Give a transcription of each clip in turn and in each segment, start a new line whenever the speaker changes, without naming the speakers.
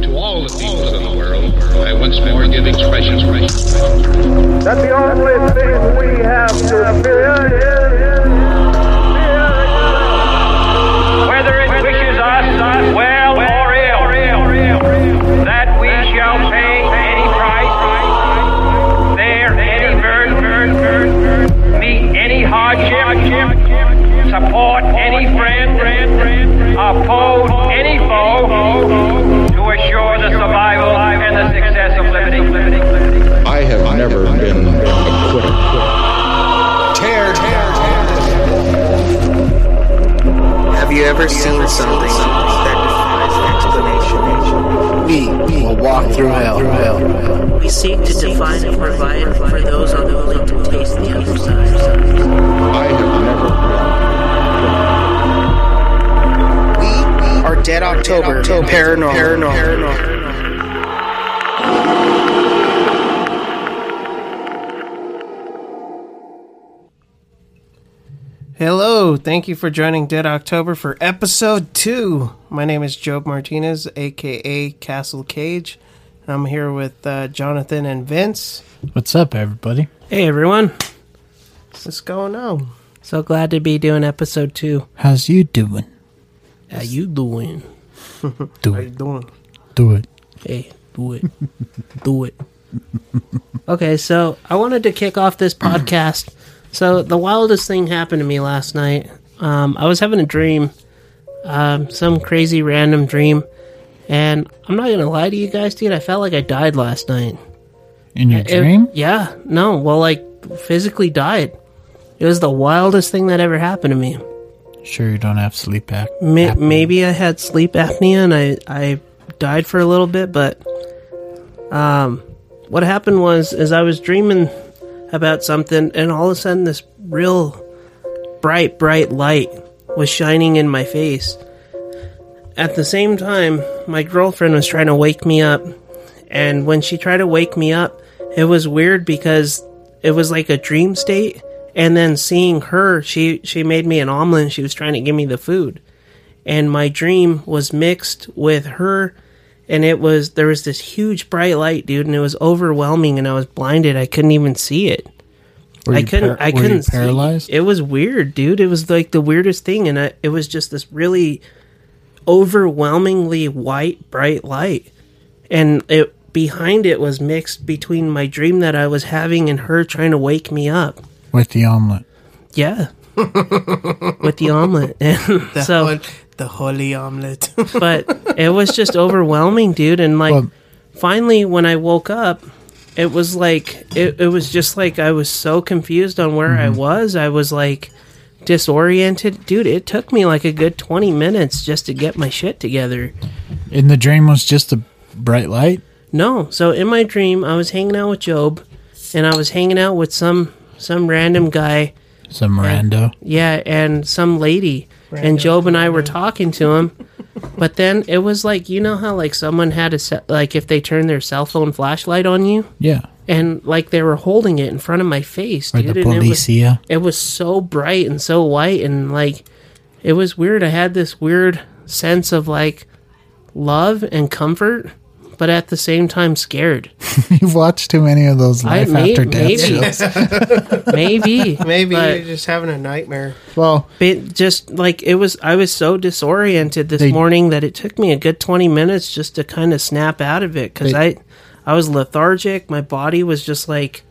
most peoples in the world, I once more give expression to
that the only thing we have to fear is
whether it wishes us well or ill, that we shall pay any price, bear any burden, meet any hardship, support any friend, oppose any foe, to assure the survival and the success of liberty.
I have never been a quitter.
Tear, tear, tear.
Have you ever seen something that defies explanation? We will walk through hell.
We seek to define and provide for those unwilling to taste the other side.
I have never been.
We are Dead October, paranormal.
Hello, thank you for joining Dead October for episode two. My name is Job Martinez, aka Castle Cage, and I'm here with uh, Jonathan and Vince.
What's up, everybody?
Hey everyone.
What's going on?
So glad to be doing episode two.
How's you doing?
How you doing?
Do
How you
it.
doing?
Do it.
Hey, do it. do it. Okay, so I wanted to kick off this podcast. So the wildest thing happened to me last night. Um, I was having a dream, um, some crazy random dream, and I'm not gonna lie to you guys, dude. I felt like I died last night.
In your
Uh, It-
dream?
yeah. No. Well, like physically died. It was the wildest thing that ever happened to me.
Sure, you don't have sleep back.
Ma- maybe I had sleep apnea and I, I died for a little bit, but um, what happened was is I was dreaming about something, and all of a sudden this real bright, bright light was shining in my face. At the same time, my girlfriend was trying to wake me up, and when she tried to wake me up, it was weird because it was like a dream state. And then seeing her, she she made me an omelet. And she was trying to give me the food, and my dream was mixed with her and it was there was this huge bright light dude and it was overwhelming and i was blinded i couldn't even see it
Were
i
you
couldn't
par-
i
were you
couldn't see.
paralyzed?
it was weird dude it was like the weirdest thing and I, it was just this really overwhelmingly white bright light and it behind it was mixed between my dream that i was having and her trying to wake me up
With the omelet.
yeah with the omelet and
The,
so
hol- the holy omelet.
but it was just overwhelming, dude. And like,
Well-
finally, when I woke up, it was like it, it was just like I was so confused on where I was. I was like disoriented, dude. It took me like a good twenty minutes just to get my shit together.
And the dream was just a bright light?
No, so in my dream, I was hanging out with Job, and I was hanging out with some some random guy.
Some rando.
Yeah, and some lady. And Job and I were talking to him. but then it was like, you know how like someone had a se- like if they turned their cell phone flashlight on you
Yeah.
and like they were holding it in front of my face,
Or
dude.
the
and it was,
policia.
it was so bright and so white and like it was weird. I had this weird sense of like love and comfort, but at the same time scared.
You've watched too many of those
I
life
may-
after death
maybe.
shows.
Maybe.
Maybe
but-
you're just having a nightmare.
Well,
It just like it was I was so disoriented this
They-
morning that it took me a good 20 minutes just to kind of snap out of it cuz
They-
I I was lethargic, my body was just like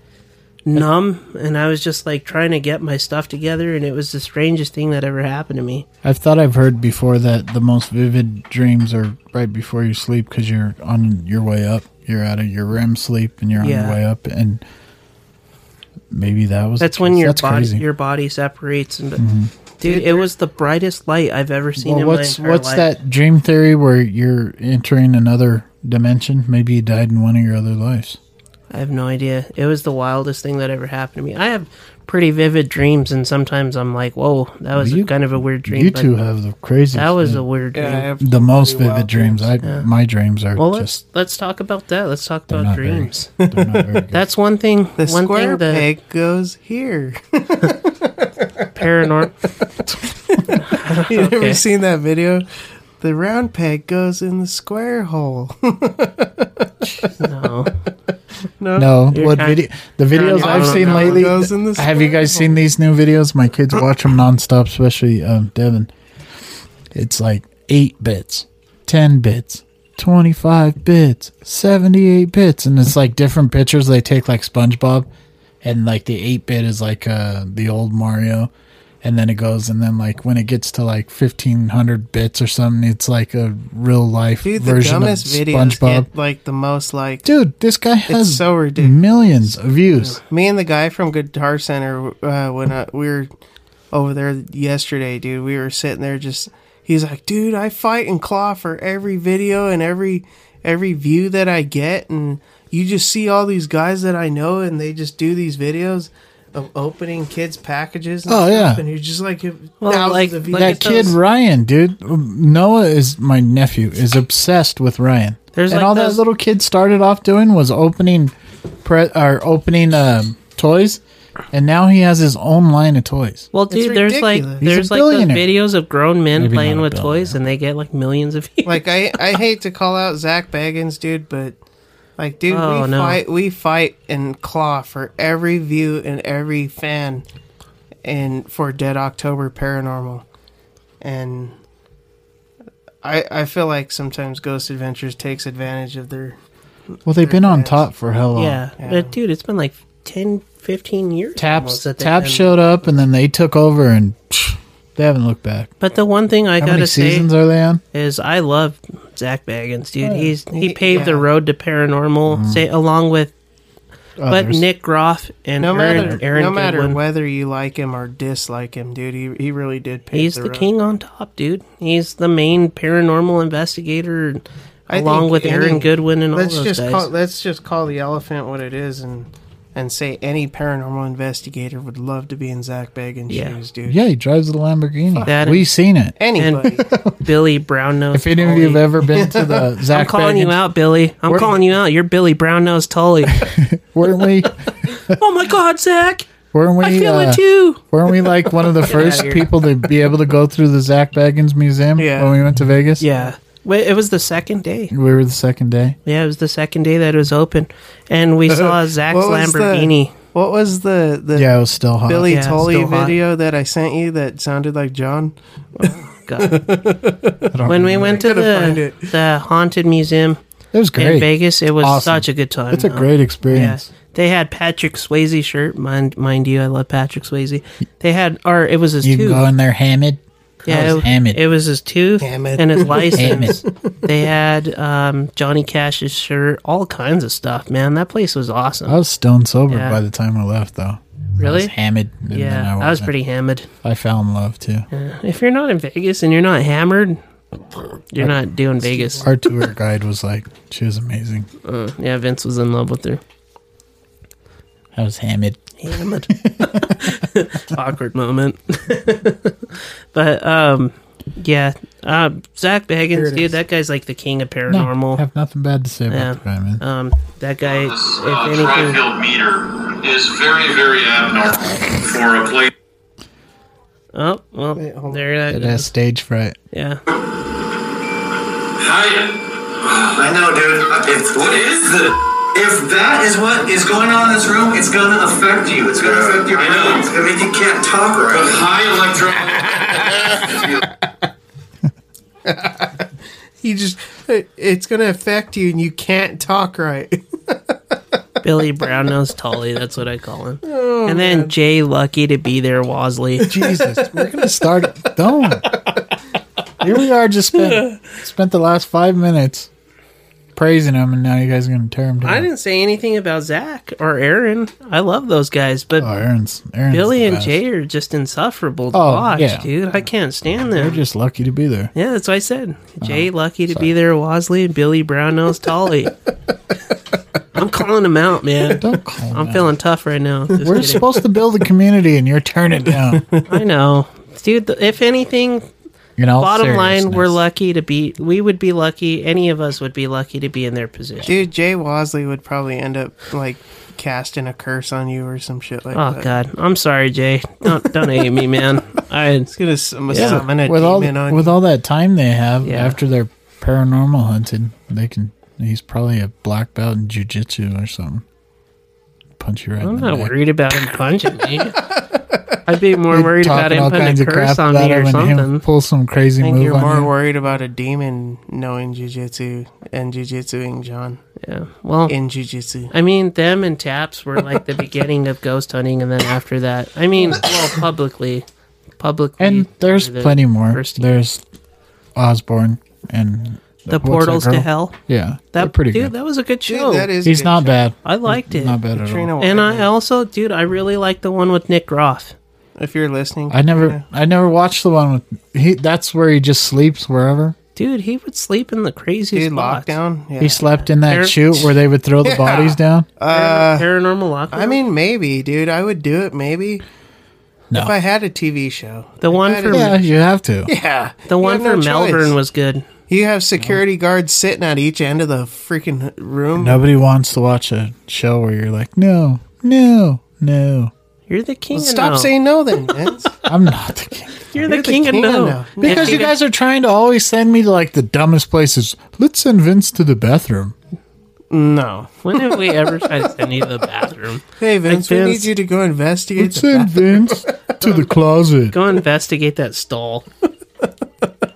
numb and I was just like trying to get my stuff together and it was the strangest thing that ever happened to me.
I've thought I've heard before that the most vivid dreams are right before you sleep because you're on your way up. You're out of your REM sleep and you're on
Yeah.
your way up. And maybe that was. the
That's when
case.
your
That's
body
crazy. Mm-hmm.
your body separates and dude, it was the brightest light I've ever seen
Well,
in
what's
my entire
what's
life.
that dream theory where you're entering another dimension? Maybe you died in one of your other lives.
I have no idea. It was the wildest thing that ever happened to me. I have pretty vivid dreams, and sometimes I'm like, "Whoa, that was
you-
kind of a weird dream."
you
but
two have the craziest.
That was a
the,
weird dream.
Yeah, I have
the most
pretty
vivid
wild
dreams. I my dreams are
well, let's
just
let's talk about that. Let's talk about
not very-
dreams.
they're not very good.
That's one thing.
The
one
square
thing that
peg goes here.
paranormal.
you ever
Okay.
seen that video
The round peg goes in the square hole.
No.
no.
No,
You're
what
kind-
video? The
kind
videos
of
I've
going
seen
down
lately.
goes in the
Have you guys seen these new videos? My kids watch them nonstop, especially um, Devin. It's like eight bits, ten bits, twenty-five bits, seventy-eight bits, and it's like different pictures they take, like SpongeBob, and like the eight bit is like uh, the old Mario, and then it goes, and then like when it gets to like fifteen hundred bits or something, it's like a real life
Dude, the
version of
dumbest videos
SpongeBob.
get like the most like.
Dude, this guy has
so ridiculous.
millions of views.
Me and the guy from Guitar Center, uh, when I, we were over there yesterday, dude, we were sitting there just. He's like, dude, I fight and claw for every video and every every view that I get, and you just see all these guys that I know, and they just do these videos of opening kids' packages. And
Oh,
stuff,
yeah.
and you're just like,
Well,
thousands
like-
of
like
views.
that
at
kid
those-
Ryan, dude. Um, Noah is my nephew. Is obsessed with Ryan.
There's
and
like
all
those-
that little kid started off doing was opening, pre- or opening um, toys, and now he has his own line of toys.
Well, dude, there's like
ridiculous.
He's a
there's like those
billionaire.
videos of grown men
Maybe
playing
not a
with toys, and they get like millions of views.
like I, I hate to call out Zach Baggins, dude, but like, dude,
Oh,
we
no.
fight, we fight and claw for every view and every fan, and for Dead October Paranormal, and I, I feel like sometimes Ghost Adventures takes advantage of their.
Well, they've been on top for how long?
yeah. but dude, it's been like 10, 15 years.
Taps
almost that they've
Tap
been-
showed up, and then they took over, and psh, they haven't looked back.
But the one thing I
How many
gotta say
seasons are they on?
is I love Zach Baggins, dude. He's he
Oh, He-
paved the
yeah.
road to paranormal, say along with but
Mm. Others.
Nick Groff and
No
Aaron,
matter,
Aaron
no matter
Goodwin.
whether you like him or dislike him, dude, he, he really did. pave
He's the,
road.
king on top, dude. He's the main paranormal investigator,
I
along
think
with Aaron
any-
Goodwin and all
let's
those
just
guys.
Call, let's just call the elephant what it is and and say any paranormal investigator would love to be in Zach Bagans'
Yeah.
shoes, dude.
Yeah, he drives the Lamborghini.
That-
We've seen it.
Anybody.
Billy Brownnose.
If any of you have ever been to the Zach
I'm calling you
Baggins-
out, Billy. I'm
We're-
calling you out. You're Billy Brownnose Tully.
weren't we?
oh my God, Zach!
Weren't we?
I feel
uh,
it too.
Weren't we like one of the first
here.
people to be able to go through the Zach Baggins Museum
Yeah.
when we went to Vegas?
Yeah. Wait, it was the second day.
We were the second day.
Yeah, it was the second day that it was open, and we saw Zach's
What was the-
Lamborghini.
what was the the
Yeah, it was still hot.
Billy
Yeah, it's
Tully
still hot.
video that I sent you that sounded like John?
God.
I don't
When we
remember.
went to
Gotta find
the
it.
the haunted museum
it was great.
in Vegas, it was
Awesome.
such a good time.
It's a
though.
great experience.
Yeah. They had Patrick Swayze shirt, mind mind you, I love Patrick Swayze. They had, or it was his
You can
tooth.
go in there hammered. I
yeah,
was
it,
hammered.
it was his tooth
Hammered.
and his license. they had um, Johnny Cash's shirt, all kinds of stuff. Man, that place was awesome.
I was stone sober
Yeah.
by the time we left, though. I was
really?
hammered. and then
yeah, I was
wasn't.
pretty hammered.
I fell in love too.
If you're not in Vegas and you're not hammered, you're not doing Vegas.
Our tour guide was like, she was amazing.
Yeah, Vince was in love with her.
I was hammered.
Hammered. Awkward moment. but um, yeah, uh, Zach Baggins, dude, that guy's like the king of
No,
paranormal.
I have nothing bad to say about
Yeah.
the guy, man.
um, that guy,
This
if
uh,
anything,
tri-field meter is very, very abnormal for a place.
oh well, there that
It has
goes.
stage fright.
Yeah,
I, I know, dude. If, what is it? If that is what is going on in this room, it's gonna affect you. It's gonna affect your brain. It's gonna make you can't talk right. But high electron.
He just it- it's gonna affect you and you can't talk right.
Billy Brown Nose Tully, that's what I call him. and then Jay Lucky to be there, Wosley.
Jesus, we're gonna start. Don't. Here we are. Just spent spent the last five minutes praising him, and now you guys are gonna tear him down.
I didn't say anything about Zach or Aaron. I love those guys, but
Oh, Aaron's, Aaron's
Billy
the
and
best.
Jay are just insufferable to
Oh,
watch,
yeah.
dude. I can't stand
They're
them.
just lucky to be there.
yeah, that's what I said.
Uh-huh.
Jay lucky to be there, Wosley, and Billy Brown Nose Tolly. I'm calling them out, man.
Don't call. him
I'm
out.
feeling tough right now. Just
We're
kidding.
supposed to build a community, and you're tearing it down.
I know, dude. th- If anything,
In all
Bottom line,
seriousness.
we're lucky to be. We would be lucky. Any of us would be lucky to be in their position.
Dude, Jay Wozley would probably end up like casting a curse on you or some shit like
Oh
that.
God, I'm sorry, Jay. Don't don't hate me, man. I was
gonna summon a
with all
demon on
with
you.
all that time they have
Yeah.
after they're paranormal hunted, they can. He's probably a black belt in jujitsu or something. Punch you right.
I'm
in the
not
neck.
worried about him punching me. I'd be more worried about
Talking
him
all
putting
kinds
a
of crap
curse on
about
me or
him and him
something.
pull some crazy
I think
move
you're
on
more
you.
worried about a demon knowing jujitsu and jujitsuing John.
Yeah. Well,
in jujitsu.
I mean, them and Taps were like the beginning of ghost hunting, and then after that, I mean, well, publicly, publicly,
And there's
they're the
plenty more.
first-
There's Osborne and
The
what's that
Portals to
girl?
Hell.
Yeah, they're
That
pretty
dude,
good.
that was a good show.
that is
Oh, He's not bad.
I liked it.
Not bad at all.
Katrina
And
Whiteman.
I also, dude, I really like the one with Nick Groff.
if you're listening,
I never,
Katrina,
I never watched the one with. He, that's where he just sleeps wherever.
Dude, he would sleep in the craziest
dude
spots.
lockdown. Yeah.
He slept in that
There-
chute where they would throw the bodies down.
Paran- paranormal lockdown.
Uh, I mean, maybe, dude. I would do it. Maybe
No.
if I had a TV show.
The
If I
one
had
for-
a-
yeah, you have to.
yeah.
the
You
one
have no
for Melbourne
choice.
was good.
You have security guards sitting at each end of the freaking room.
Nobody wants to watch a show where you're like, no, no, no.
You're the king. of
Stop
no.
saying no, then, Vince.
I'm not the king.
You're, the, king, of no. If
Because you guys are trying to always send me to like the dumbest places. Let's send Vince to the bathroom.
no.
When have we ever tried to send you to the bathroom?
Hey, Vince, we
Vince-
need you to go investigate. The-
Let's send Vince to the closet.
Go investigate that stall.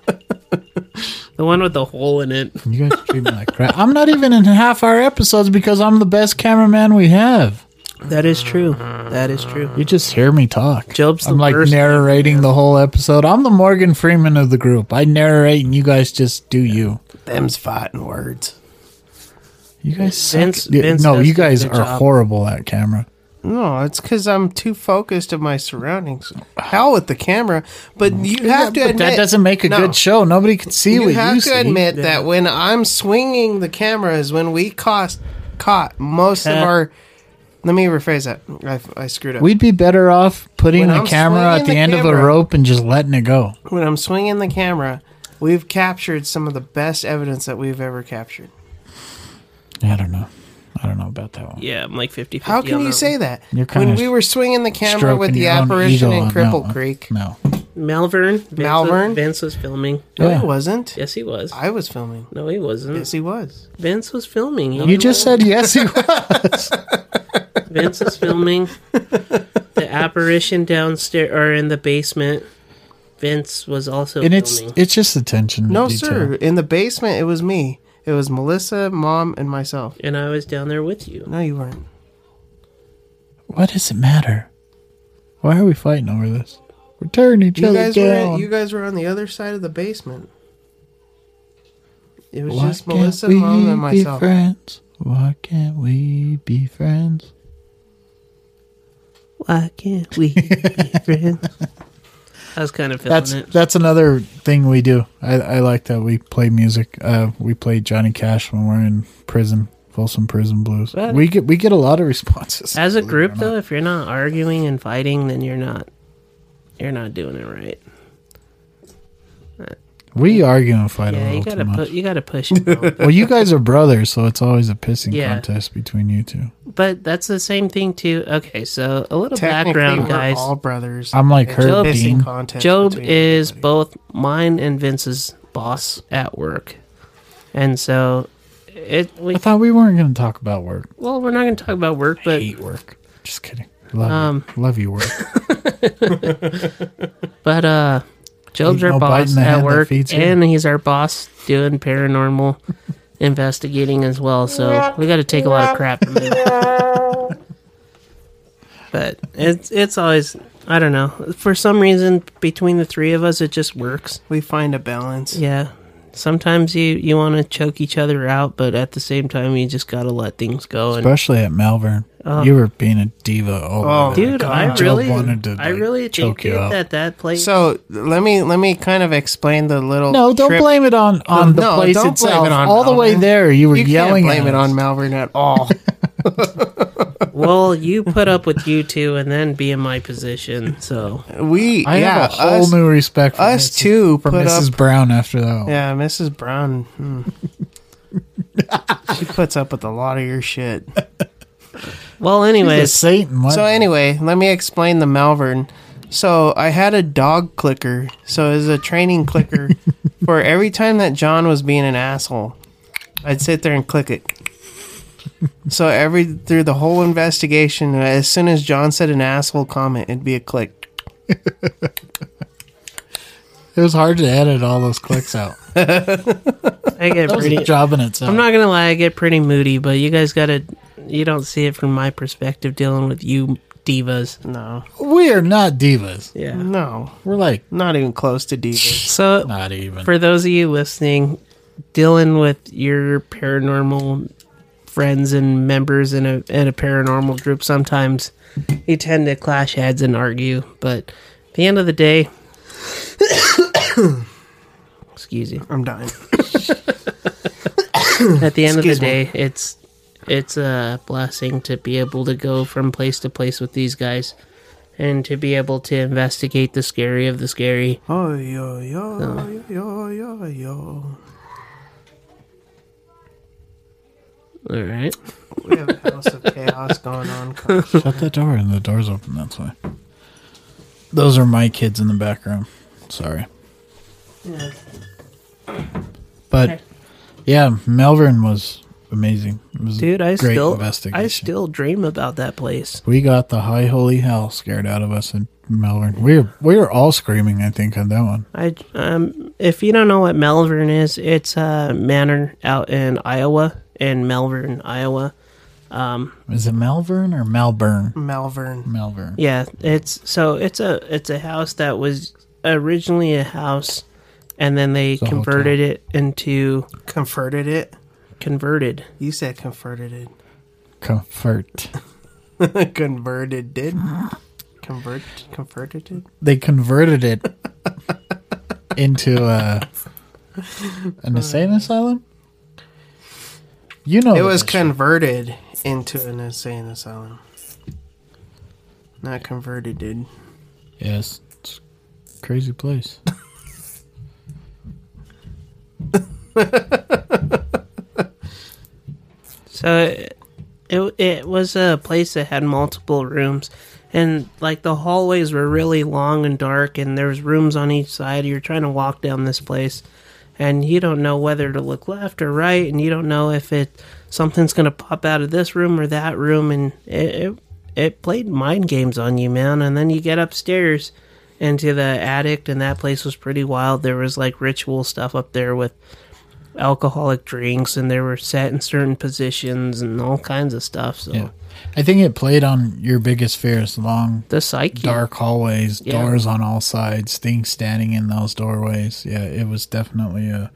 the one with the hole in it.
You guys treat me like crap. I'm not even in half our episodes because I'm the best cameraman we have.
That is true. That is true.
You just hear me talk.
Job's the
I'm like
worst
narrating the whole episode. I'm the Morgan Freeman of the group. I narrate and you guys just do you.
Them's fighting words.
You guys suck.
Vince-
Yeah,
Vince
no,
does
you
do a
guys
good
are
job.
horrible at camera.
No, it's because I'm too focused of my surroundings. Hell with the camera, but you have to
But
admit
that Mm. doesn't make a
No.
good show. Nobody can see
You
what
have
you
to
see.
admit that when I'm swinging the camera is when we cost caught most of
Uh-huh.
Cut.
our. Let me rephrase that. I, I screwed up.
We'd be better off putting
When
the
I'm
camera at
swinging
the,
the
end of a
camera-
rope and just letting it go.
when I'm swinging the camera, we've captured some of the best evidence that we've ever captured.
I don't know. I don't know about that one.
Yeah, I'm like 50
How can you say that?
You're kinda
When we were swinging the camera
Stroking
with the
your own
apparition
ego
in
on that
Cripple
one.
Creek,
No.
Malvern? Vince was-
Malvern?
Vince was filming.
no,
Yeah.
it wasn't.
Yes, he was.
I was filming.
no, he wasn't.
Yes, he was.
Vince was filming. He
You just said yes. He
Vince is filming the apparition downstairs or in the basement. Vince was also
and it's
filming.
it's just attention. to
No,
detail.
sir. In the basement, it was me. It was Melissa, mom, and myself.
and I was down there with you.
No, you weren't.
What does it matter? Why are we fighting over this? We're tearing each
You
other
guys
down.
were you guys were on the other side of the basement. It was
Why
just
can't
Melissa,
we
mom, and
be
myself.
friends? Why can't we be friends?
Why can't we be friends? I was kind of feeling
That's
it.
that's another thing we do. I, I like that we play music. Uh, we play Johnny Cash when we're in prison, Folsom Prison Blues.
Right.
We get we get a lot of responses.
As a
believe it or
group, though, if you're not arguing and fighting, then you're not you're not doing it right.
not. we argue and fight
Yeah,
a
you
little too
gotta
much.
put you gotta push. It home.
well, you guys are brothers, so it's always a pissing
Yeah.
contest between you two.
but that's the same thing too. Okay, so a little
Technically,
background,
we're
guys.
all brothers.
I'm like
It's
her,
pissing
Dean.
contest
Job
between
is
everybody.
both mine and Vince's boss at work, and so it. We,
I thought we weren't going to talk about work.
well, we're not going to talk about work, but
Hate work. Just kidding. Love
Um,
you. Love you, work.
but uh, Job's
Ain't
our
no biting
boss
the hand
at
that
work,
feeds you.
and he's our boss doing paranormal investigating as well. So we got to take a lot of crap from him. but it's it's always I don't know for some reason between the three of us it just works.
We find a balance.
Yeah. Sometimes you, you want to choke each other out, but at the same time, you just got to let things go. And
Especially at Malvern. you were being a diva. All
Oh,
over the
Um, dude, I
Job
really,
wanted to,
I
like,
really think
choke you
dude,
out.
that that place.
So let me let me kind of explain the little.
No, don't
trip.
blame it on on the
No,
place
don't blame
itself.
it on
All the way
Malvern.
there, you were
You
yelling
can't blame
at
it on
us.
Malvern at all.
well, you put up with you two and then be in my position. So
we,
I
yeah,
have a whole
us-
new respect for
us
Mrs.
too
for
put
Mrs.
up-
Brown after that.
Yeah, Mrs. Brown. hmm. she puts up with a lot of your shit.
Well,
She's a Satan. What?
So anyway, let me explain the Malvern. So I had a dog clicker. So it was a training clicker for every time that John was being an asshole, I'd sit there and click it. So every through the whole investigation, as soon as John said an asshole comment, it'd be a click.
it was hard to edit all those clicks out.
I get
That was
pretty.
a job in itself.
I'm not gonna lie, I get pretty moody, but you guys gotta. You don't see it from my perspective dealing with you divas.
No,
we are not divas.
Yeah.
no,
We're like
not even close to divas.
So
not even.
for those of you listening, dealing with your paranormal friends and members in a in a paranormal group, sometimes you tend to clash heads and argue. But at the end of the day, excuse you.
I'm dying.
At the end
Excuse
of the
me.
day, it's it's a blessing to be able to go from place to place with these guys. And to be able to investigate the scary of the scary.
Oh yo yo yo yo yo.
All right.
We have a house of chaos going on.
Shut the door and the door's open. That's why. Those are my kids in the back room. Sorry. But yeah, Melvin was amazing. It was a
Dude, I
great
still
investigation.
I still dream about that place.
we got the high holy hell scared out of us in Melvin. We were we were all screaming. I think on that one.
I um, if you don't know what Malvern is, it's a manor out in Iowa, in Malvern, Iowa.
Is it Melvin or Malburn?
Malvern.
Malvern.
Yeah, it's so it's a it's a house that was originally a house, and then they
a
converted it into
Converted it.
converted.
You said converted it.
Comfort.
converted did convert converted it
They converted it into a an insane asylum. You know
it
that
was
Oh, that's
converted into an insane asylum not converted did
Yes. It's a crazy place.
So it, it it was a place that had multiple rooms, and like the hallways were really long and dark, and there was rooms on each side. You're trying to walk down this place, and you don't know whether to look left or right, and you don't know if it something's gonna pop out of this room or that room, and it it, it played mind games on you, man. And then you get upstairs into the attic, and that place was pretty wild. There was like ritual stuff up there with alcoholic drinks and they were set in certain positions and all kinds of stuff. So
Yeah. Oh. I think it played on your biggest fears long,
the psyche,
dark hallways,
Yeah.
doors on all sides, things standing in those doorways. Yeah, it was definitely a.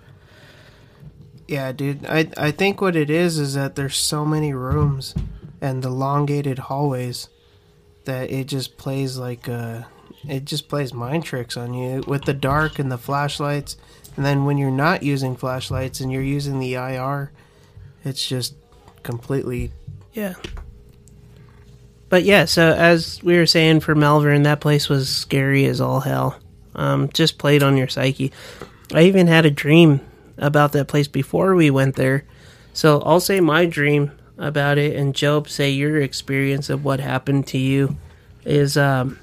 yeah dude i i think what it is is that there's so many rooms and elongated hallways that it just plays like uh it just plays mind tricks on you with the dark and the flashlights and then when you're not using flashlights and you're using the ir it's just completely
yeah. But yeah, so as we were saying for Malvern, that place was scary as all hell. Um, just played on your psyche. I even had a dream about that place before we went there. So I'll say my dream about it, and Job, say your experience of what happened to you is um,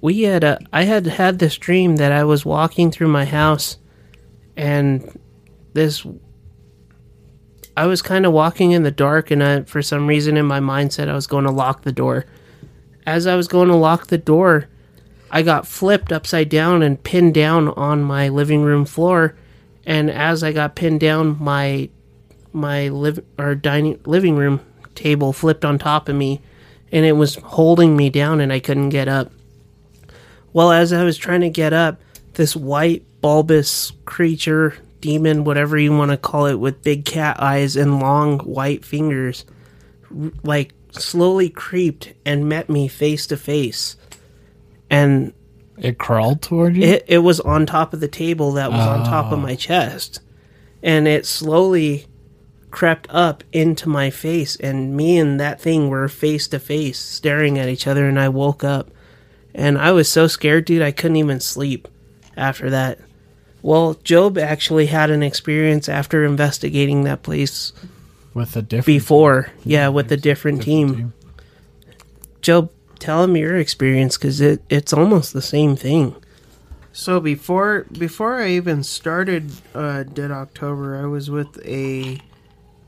we had a, I had had this dream that I was walking through my house, and this I was kind of walking in the dark, and I, for some reason in my mind said I was going to lock the door. As I was going to lock the door, I got flipped upside down and pinned down on my living room floor. And as I got pinned down, my my liv- or dining living room table flipped on top of me, and it was holding me down, and I couldn't get up. Well, as I was trying to get up, this white bulbous creature, demon, whatever you want to call it, with big cat eyes and long white fingers, r- like slowly creeped and met me face to face. And
It crawled toward you?
it, it was on top of the table that was on top of my chest. And it slowly crept up into my face, and me and that thing were face to face, staring at each other. And I woke up, and I was so scared, dude, I couldn't even sleep after that. Well, Job actually had an experience after investigating that place
with a different
before, yeah, with a different, team. Job, tell him your experience because it, it's almost the same thing.
So before before I even started uh, Dead October, I was with a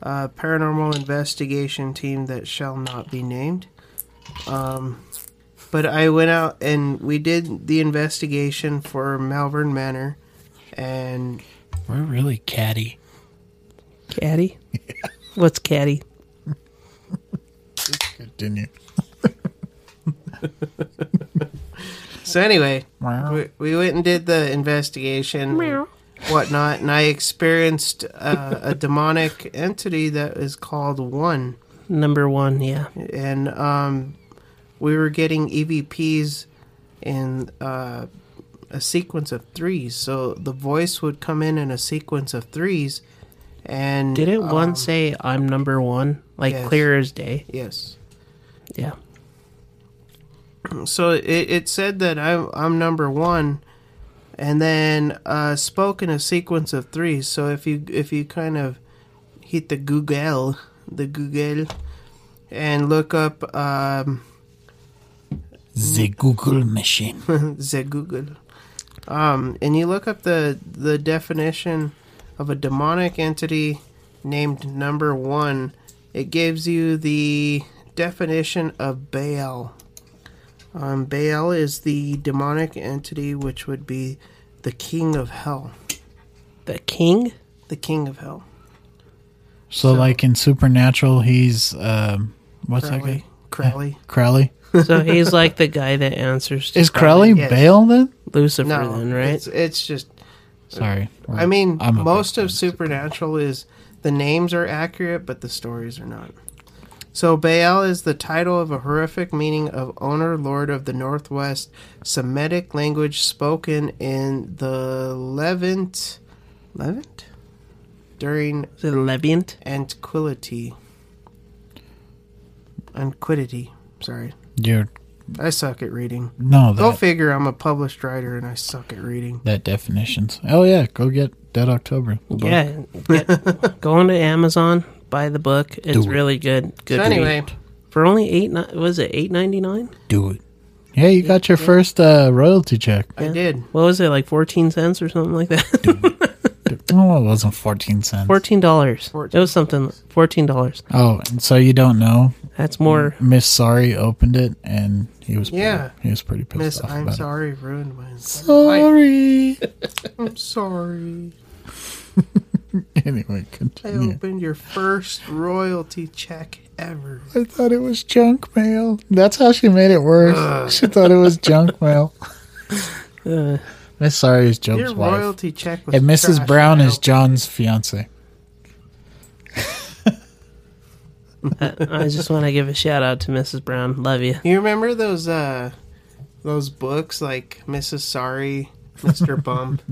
uh, paranormal investigation team that shall not be named. Um, but I went out and we did the investigation for Malvern Manor, and
we're really catty.
Caddy, what's caddy?
Continue.
So anyway,
Meow.
we, we went and did the investigation, and whatnot, and I experienced uh, a demonic entity that is called One,
Number one, yeah.
and um, we were getting EVPs in uh, a sequence of threes. So the voice would come in in a sequence of threes, and
Didn't one
um,
say I'm number one? Like
yes.
clear as day.
yes.
Yeah.
so it, it said that I'm, I'm number one and then uh, spoke in a sequence of three so if you if you kind of hit the google the google and look up um,
The Google machine.
the google um, and you look up the the definition of a demonic entity named number one it gives you the definition of baal Um, Baal is the demonic entity which would be the king of hell.
The king?
The king of hell.
So, like in Supernatural, he's um, what's that
Crowley.
guy?
Crowley.
Crowley.
So he's like the guy that answers to
Is Crowley
Yes.
Bale then?
Lucifer
No,
then, right?
it's, it's just.
Sorry.
I mean,
I'm a
most of Supernatural is the names are accurate, but the stories are not. So Baal is the title of a horrific meaning of owner, lord of the northwest, Semitic language spoken in the Levant, Levant, during
Is it Leviant?
Antiquity. Antiquity. Sorry.
Dude,
I suck at reading.
no,
Go
that,
figure, I'm a published writer and I suck at reading.
that definitions. Oh yeah, go get Dead October. The book.
Yeah. Get, go on to Amazon, buy the book. It's
it.
really good. Good.
So
read.
anyway,
For only eight ni- was it eight ninety nine?
do it. Yeah, you got your first uh, royalty check.
I did.
What was it, like fourteen cents or something like that?
Oh, it wasn't fourteen cents.
Fourteen dollars. It
Fourteen.
was something fourteen dollars.
Oh, and so you don't know?
Mm.
That's more
Miss Sorry opened it, and he was pretty,
Yeah.
he was pretty pissed
Miss,
off
I'm
about
sorry, ruined my.
it. Sorry.
I'm sorry.
anyway,
I
continue.
opened your first royalty check ever.
I thought it was junk mail. That's how she made it worse. She thought it was junk mail. Miss Sorry is Job's
Your
wife,
royalty check was.
and Mrs.
trash,
Brown
I
is
know.
John's fiance.
uh, I just want to give a shout out to Mrs. Brown. Love you.
You remember those uh, those books like Mrs. Sorry, Mr. Bump?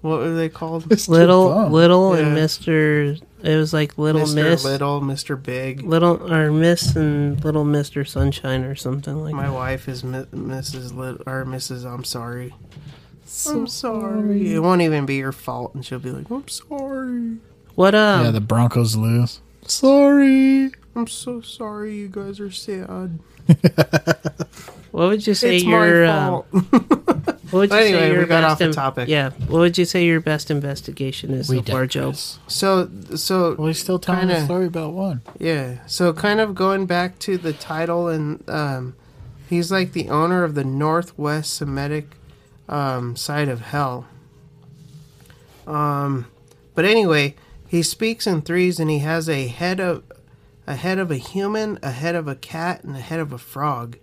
What were they called? Mr.
Little Little and
Yeah.
Mr. It was like Little Miss
Little, Mr. Big.
Little or Miss and Little Mr. Sunshine or something like
My
that.
wife is mi- Mrs. Lit- or Mrs. I'm sorry. I'm sorry. It won't even be your fault, and she'll be like, "I'm sorry.
What um
yeah, the Broncos lose. Sorry.
I'm so sorry. You guys are sad.
what would you say
it's
your
my
um,
fault."
what would you
Anyway,
say your
we got
best
off the
in-
topic.
Yeah. What would you say your best investigation is so far, Joe?
so, so
Well, he's still telling
Kinda.
a story about one.
Yeah. So kind of going back to the title and um he's like the owner of the Northwest Semitic um side of hell. Um but anyway, he speaks in threes and he has a head of a head of a human, a head of a cat, and a head of a frog.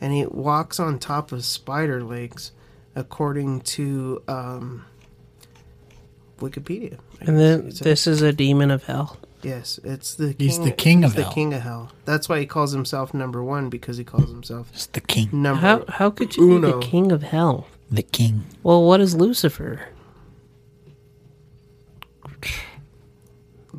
And he walks on top of spider legs according to um Wikipedia.
And then
It's a-
this is a demon of hell.
Yes, it's the king,
He's the king of
the
hell.
king of hell. That's why he calls himself number one because he calls himself
It's the king.
number.
How how could you be
Uno.
the king of hell?
The king.
Well, what is Lucifer?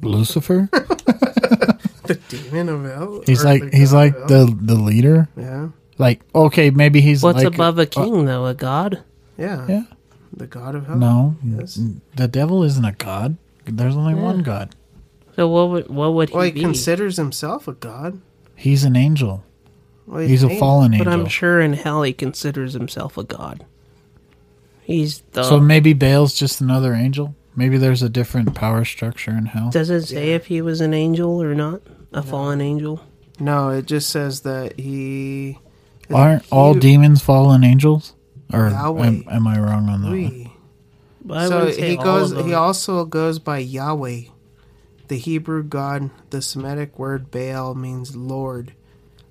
Lucifer?
the demon of hell.
He's
Or
like
the
he's
god
like
of hell?
the the leader.
Yeah.
Like okay, maybe he's
What's
like-
uh,
uh,
above a king, though? A god?
yeah
Yeah.
the god of hell.
No,
Oh, Yes.
the devil isn't a god. There's only one
Yeah.
god.
So what would what would he
Well, he
be?
considers himself a god.
He's an angel.
Well,
He's a
an
fallen
but
angel.
I'm sure in hell he considers himself a god. He's the.
So maybe Baal's just another angel. Maybe there's a different power structure in hell.
does it say if he was an angel or not? A fallen angel.
No, it just says that he.
Aren't all
he-
demons fallen angels? Or
Yahweh.
am, am I wrong on that? one?
we-
But I
so
wouldn't say
he
all
goes.
of them.
He also goes by Yahweh, the Hebrew god. The Semitic word Baal means Lord,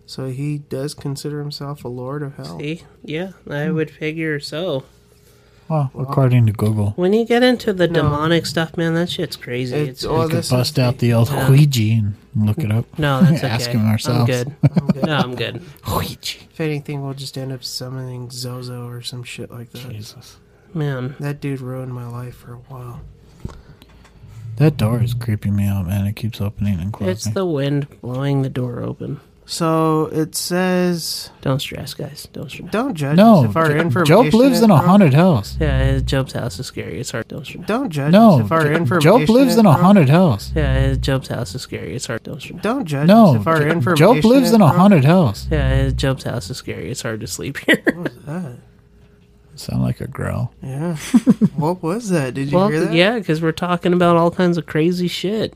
so he does consider himself a Lord of Hell.
See? Yeah, I would figure so.
Well, according to Google,
When you get into the demonic stuff, man, that shit's crazy. It's,
It's all
we could
this.
bust
Is,
out the old
Yeah.
Ouija and look it up.
no, that's okay.
Ask him ourselves.
I'm good.
Oh,
no, I'm good.
Ouija.
if anything, we'll just end up summoning Zozo or some shit like that.
Jesus.
Man,
That dude ruined my life for a while.
That door is creeping me out, man. It keeps opening and closing.
it's the wind blowing the door open.
So it says,
Don't stress, guys. Don't stress.
don't judge us
no,
if our
Jo-
information.
Job lives
is
in a
wrong.
haunted house.
Yeah, Job's house is scary. It's hard. Don't stress.
Don't judge
No,
us if our
Jo-
information.
Job lives
is
in a
wrong.
haunted house.
Yeah, Job's house is scary. It's hard. Don't stress.
Don't judge us
No,
if our
Jo-
information.
Job lives
is
in a
wrong.
haunted house.
Yeah, Job's house is scary. It's hard to sleep here.
What was that?
Sound like a growl.
Yeah. what was that? Did you
well,
hear that?
yeah, because we're talking about all kinds of crazy shit.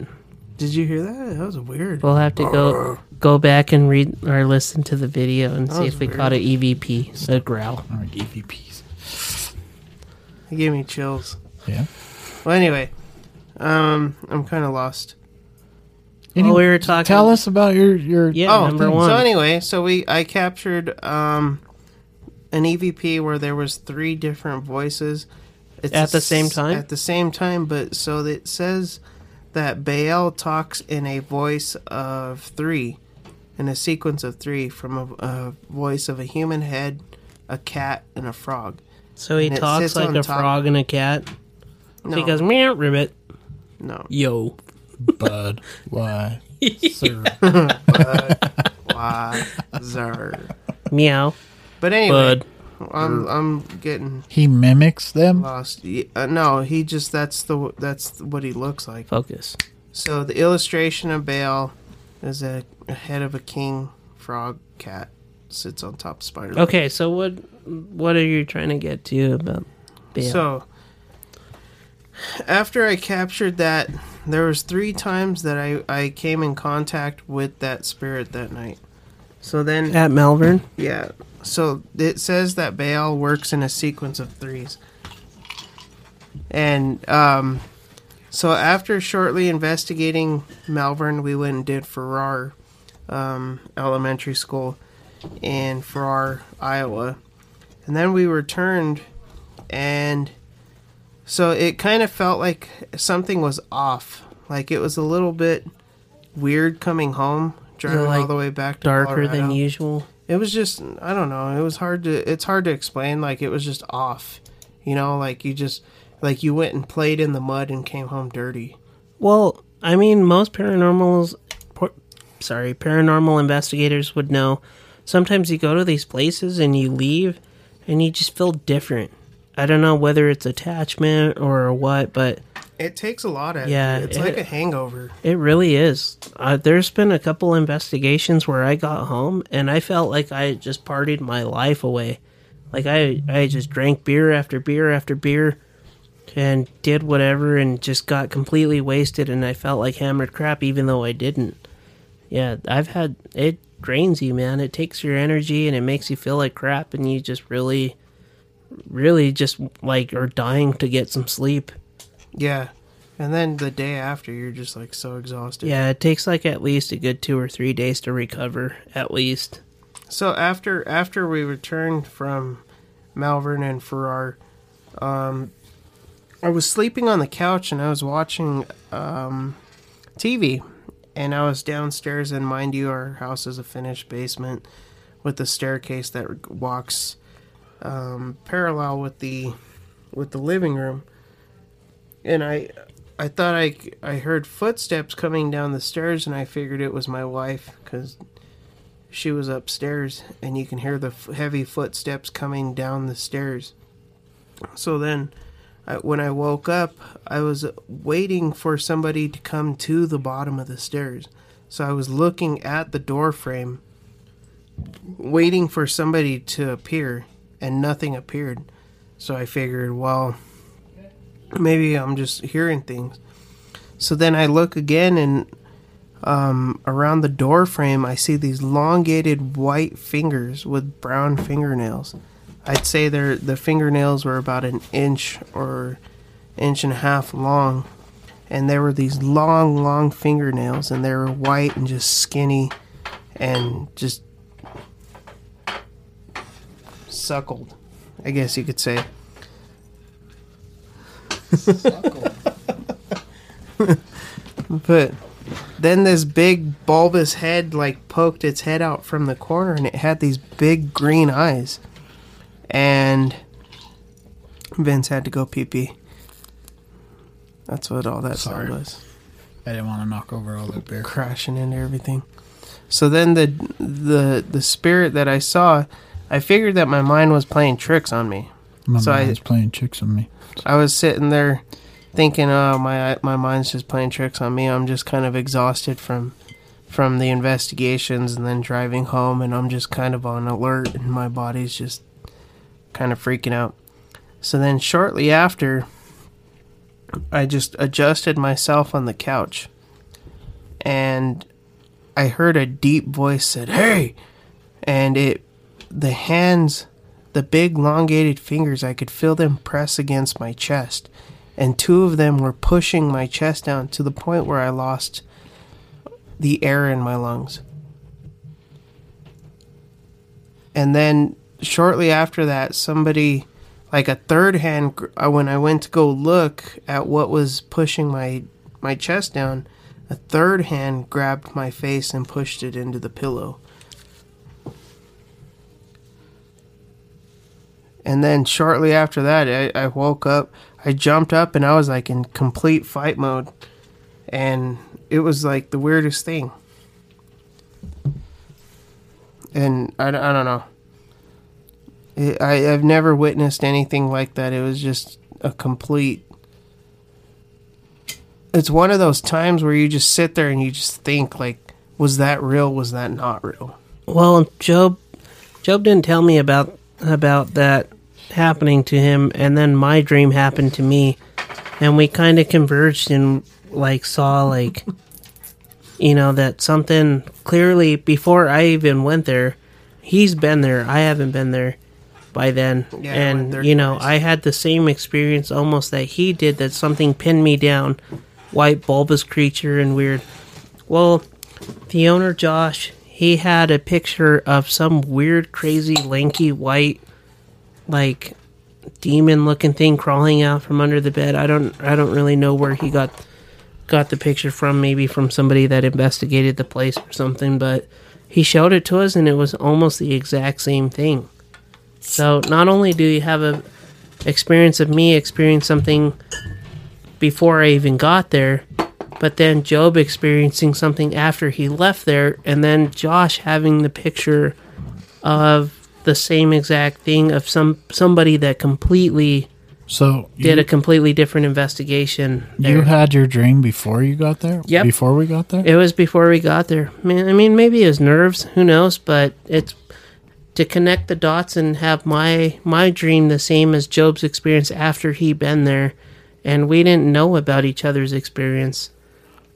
Did you hear that? That was weird.
We'll have to go go back and read or listen to the video and see
was
if we caught an EVP, a growl.
Or EVPs.
It gave me chills.
Yeah.
Well, anyway, um, I'm kind of lost.
Well, Oh, we were talking.
Tell us about your your Oh,
Yeah, number one.
So anyway, so we I captured um, an EVP where there was three different voices it's
At the
s-
same time?
At the same time, but so it says that Baal talks in a voice of three, in a sequence of three, from a, a voice of a human head, a cat, and a frog.
so he
and it
talks
sits
like
on
a
top.
frog and a cat.
No,
He goes meow ribbit
no.
yo.
bud. Why? Sir.
Why, Zer.
Meow,
But anyway,
bud.
I'm I'm getting
He mimics them.
lost. Y- Uh, no, he just that's the that's what he looks like.
Focus.
So the illustration of Baal is a, a head of a king frog cat sits on top of spider.
Okay, so what what are you trying to get to about? Bale?
So after I captured that, there was three times that I, I came in contact with that spirit that night. So then
at Malvern,
Yeah. So it says that Baal works in a sequence of threes. And um, so after shortly investigating Malvern, we went and did Farrar um, Elementary School in Farrar, Iowa. And then we returned, and so it kind of felt like something was off. Like it was a little bit weird coming home, driving all
like,
the way back to
darker than
Colorado
usual.
it was just i don't know it was hard to it's hard to explain like it was just off you know like you just like you went and played in the mud and came home dirty
Well, I mean, most paranormals, por- sorry, paranormal investigators would know. Sometimes you go to these places and you leave, and you just feel different. I don't know whether it's attachment or what, but
it takes a lot of
Yeah,
it's
it-
like a hangover
It really is. Uh, there's been a couple investigations where I got home and I felt like I had just partied my life away. Like I, I just drank beer after beer after beer and did whatever and just got completely wasted and I felt like hammered crap even though I didn't. Yeah, I've had it drains you, man. It takes your energy and it makes you feel like crap and you just really really just like are dying to get some sleep.
yeah and then the day after you're just like so exhausted
Yeah, it takes like at least a good two or three days to recover, at least.
so after after we returned from malvern and farrar um i was sleeping on the couch and i was watching um tv and i was downstairs and mind you our house is a finished basement with a staircase that walks um parallel with the with the living room and i I thought I, I heard footsteps coming down the stairs, and I figured it was my wife because she was upstairs, and you can hear the f- heavy footsteps coming down the stairs. So then, I, when I woke up, I was waiting for somebody to come to the bottom of the stairs. So I was looking at the door frame, waiting for somebody to appear, and nothing appeared. So I figured, well, maybe I'm just hearing things. So then I look again, and um, around the door frame, I see these elongated white fingers with brown fingernails. I'd say their the fingernails were about an inch or inch and a half long, and there were these long, long fingernails, and they were white and just skinny, and just suckled, I guess you could say. but then this big bulbous head like poked its head out from the corner and it had these big green eyes. And Vince had to go pee pee. That's what all that
Sorry.
sound was.
I didn't want to knock over all that beer.
Crashing into everything. So then the the the spirit that I saw, I figured that my mind was playing tricks on me.
My
so I
mind's playing tricks on me.
I was sitting there thinking, "Oh, my my mind's just playing tricks on me. I'm just kind of exhausted from from the investigations and then driving home and I'm just kind of on alert and my body's just kind of freaking out." So then shortly after I just adjusted myself on the couch and I heard a deep voice said, "Hey!" and it the hands the big elongated fingers I could feel them press against my chest, and two of them were pushing my chest down to the point where I lost the air in my lungs. And then shortly after that, somebody, like a third hand, gr- uh, when I went to go look at what was pushing my my chest down, a third hand grabbed my face and pushed it into the pillow. And then shortly after that, I, I woke up. I jumped up and I was like in complete fight mode. And it was like the weirdest thing. And I, d- I don't know. It, I, I've never witnessed anything like that. It was just a complete. It's one of those times where you just sit there and you just think, like, was that real? Was that not real?
Well, Job, Job didn't tell me about about that happening to him, and then my dream happened to me, and we kind of converged and like saw like, you know, that something clearly before I even went there, he's been there. I haven't been there by then,
Yeah, I went there
and you know, I had the same experience almost that he did. That something pinned me down, white bulbous creature and weird. Well, the owner Josh, he had a picture of some weird, crazy, lanky, white, like demon-looking thing crawling out from under the bed. I don't, I don't really know where he got got the picture from. Maybe from somebody that investigated the place or something. But he showed it to us, and it was almost the exact same thing. So not only do you have a experience of me experience something before I even got there, but then Job experiencing something after he left there, and then Josh having the picture of the same exact thing of some somebody that completely
So
did
you-
a completely different investigation.
You
there.
had your dream before you got there?
Yep.
Before we got there?
It was before we got there. Man, I mean, maybe his nerves. Who knows? But it's to connect the dots and have my my dream the same as Job's experience after he been there, and we didn't know about each other's experience,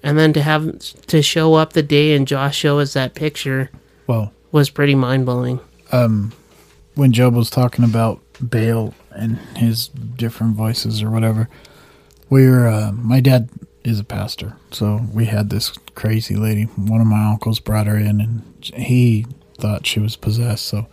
and then to have to show up the day and Josh show us that picture
Well,
was pretty mind blowing.
um, when Job was talking about Baal and his different voices or whatever, we were, uh, my dad is a pastor. So we had this crazy lady. One of my uncles brought her in and he thought she was possessed. So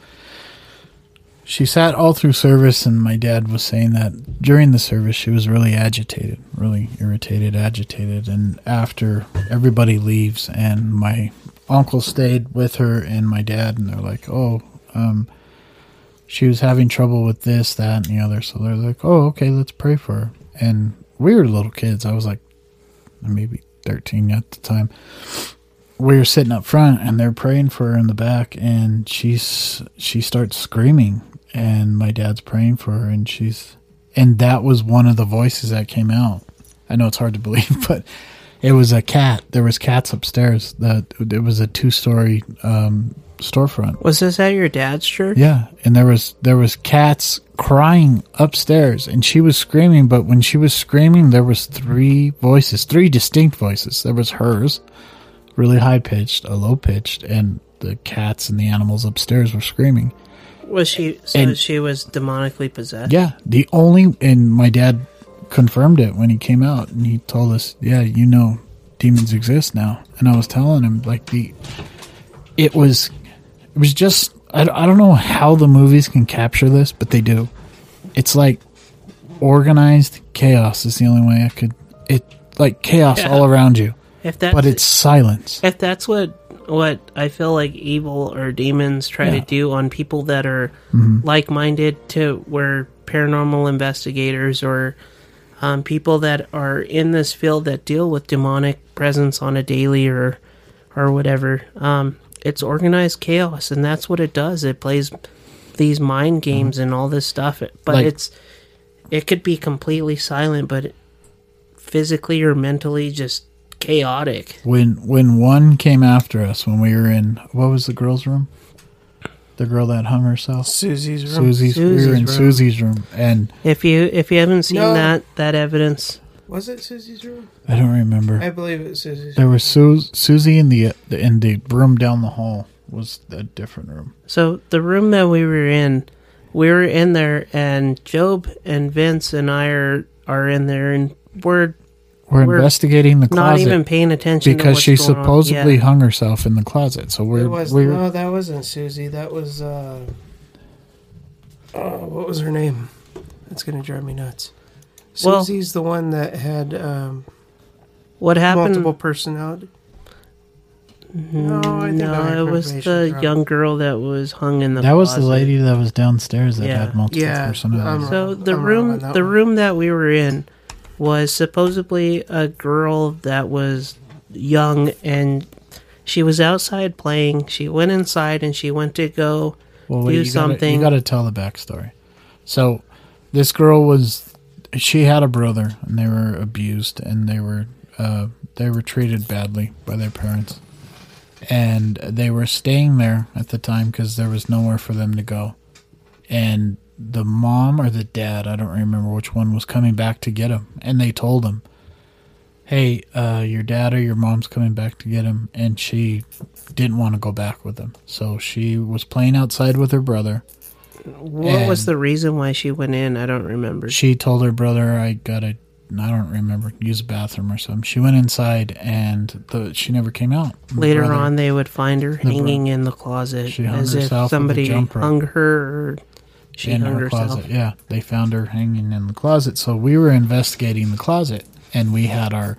she sat all through service, and my dad was saying that during the service she was really agitated, really irritated, agitated. And after everybody leaves, and my uncle stayed with her and my dad, and they're like, "Oh, um, she was having trouble with this, that, and the other." So they're like, "Oh, okay, let's pray for her." And we were little kids. I was like maybe 13 at the time. We were sitting up front and they're praying for her in the back and she's she starts screaming and my dad's praying for her and she's and that was one of the voices that came out. I know it's hard to believe, but it was a cat. There was cats upstairs. That it was a two-story um, storefront.
Was this at your dad's church?
Yeah, and there was there was cats crying upstairs, and she was screaming. But when she was screaming, there was three voices, three distinct voices. There was hers, really high pitched, a low pitched, and the cats and the animals upstairs were screaming.
Was she? So
And-
she was demonically possessed.
Yeah, the only and my dad confirmed it when he came out and he told us, "Yeah, you know, demons exist now." And I was telling him like the it was it was just I, I don't know how the movies can capture this, but they do. It's like organized chaos is the only way I could it like chaos
Yeah.
all around you.
If that's
but it's silence.
if that's what what I feel like evil or demons try
Yeah.
to do on people that are
Mhm.
like minded to where paranormal investigators or um, people that are in this field that deal with demonic presence on a daily or or whatever. Um, it's organized chaos, and that's what it does. It plays these mind games and all this stuff, but
Mm-hmm. Like-
it's it could be completely silent, but physically or mentally just chaotic.
When when one came after us when we were in what was the girl's room? The girl that hung herself.
Susie's room.
Susie's, we were
Susie's room.
in Susie's room and
If you if you haven't seen
No.
that that evidence,
Was it Susie's room?
I don't remember.
I believe it was Susie's.
there was Su- Susie in the in the room down the hall was a different room.
so the room that we were in, we were in there, and Job and Vince and I are are in there, and we're
We're,
We're
investigating the
not
closet.
even paying attention to
because
what's
she
going on.
supposedly
Yeah.
hung herself in the closet. So we're
It was
we're
no, that wasn't Susie. That was uh, oh, what was her name? That's gonna drive me nuts.
Well-
Susie's the one that had um,
what happened. Mm,
multiple personality. No, I think I
no,
have
it was the
information wrong.
young girl that was hung in the.
that was the
closet.
lady that was downstairs that
Yeah.
had multiple
Yeah,
personalities.
I'm
So
wrong.
the
I'm wrong
room
on that
the
one.
room that we were in was supposedly a girl that was young and she was outside playing. She went inside and she went to go
well,
do
you
something.
Gotta, you got to tell the backstory. So this girl was she had a brother and they were abused and they were uh, they were treated badly by their parents and they were staying there at the time because there was nowhere for them to go and the mom or the dad i don't remember which one was coming back to get him and they told him hey uh, your dad or your mom's coming back to get him and she didn't want to go back with him so she was playing outside with her brother
what was
and-
the reason why she went in? I don't remember.
she told her brother, "I gotta, I don't remember, use a bathroom or something." She went inside, and the she never came out. And the
Later
brother-
on, they would find her
bro-
hanging in the closet
She hung
as if
herself with a
somebody
jump rope.
hung her. Or she
in
hung
her
herself.
closet, yeah, they found her hanging in the closet. So we were investigating the closet, and we had our,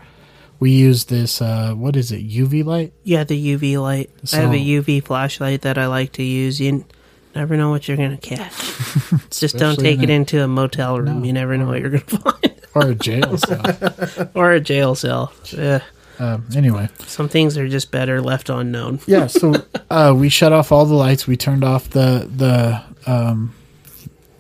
we used this, uh, what is it, UV light?
Yeah, the UV light. I have a
So-
UV flashlight that I like to use. You n- never know what you're gonna catch. Just don't
Especially
take it
in a-
into a motel room. You never know what you're gonna find,
or a jail cell.
or a jail cell. Ugh.
um, anyway,
some things are just better left unknown.
yeah. So uh, we shut off all the lights. We turned off the the um,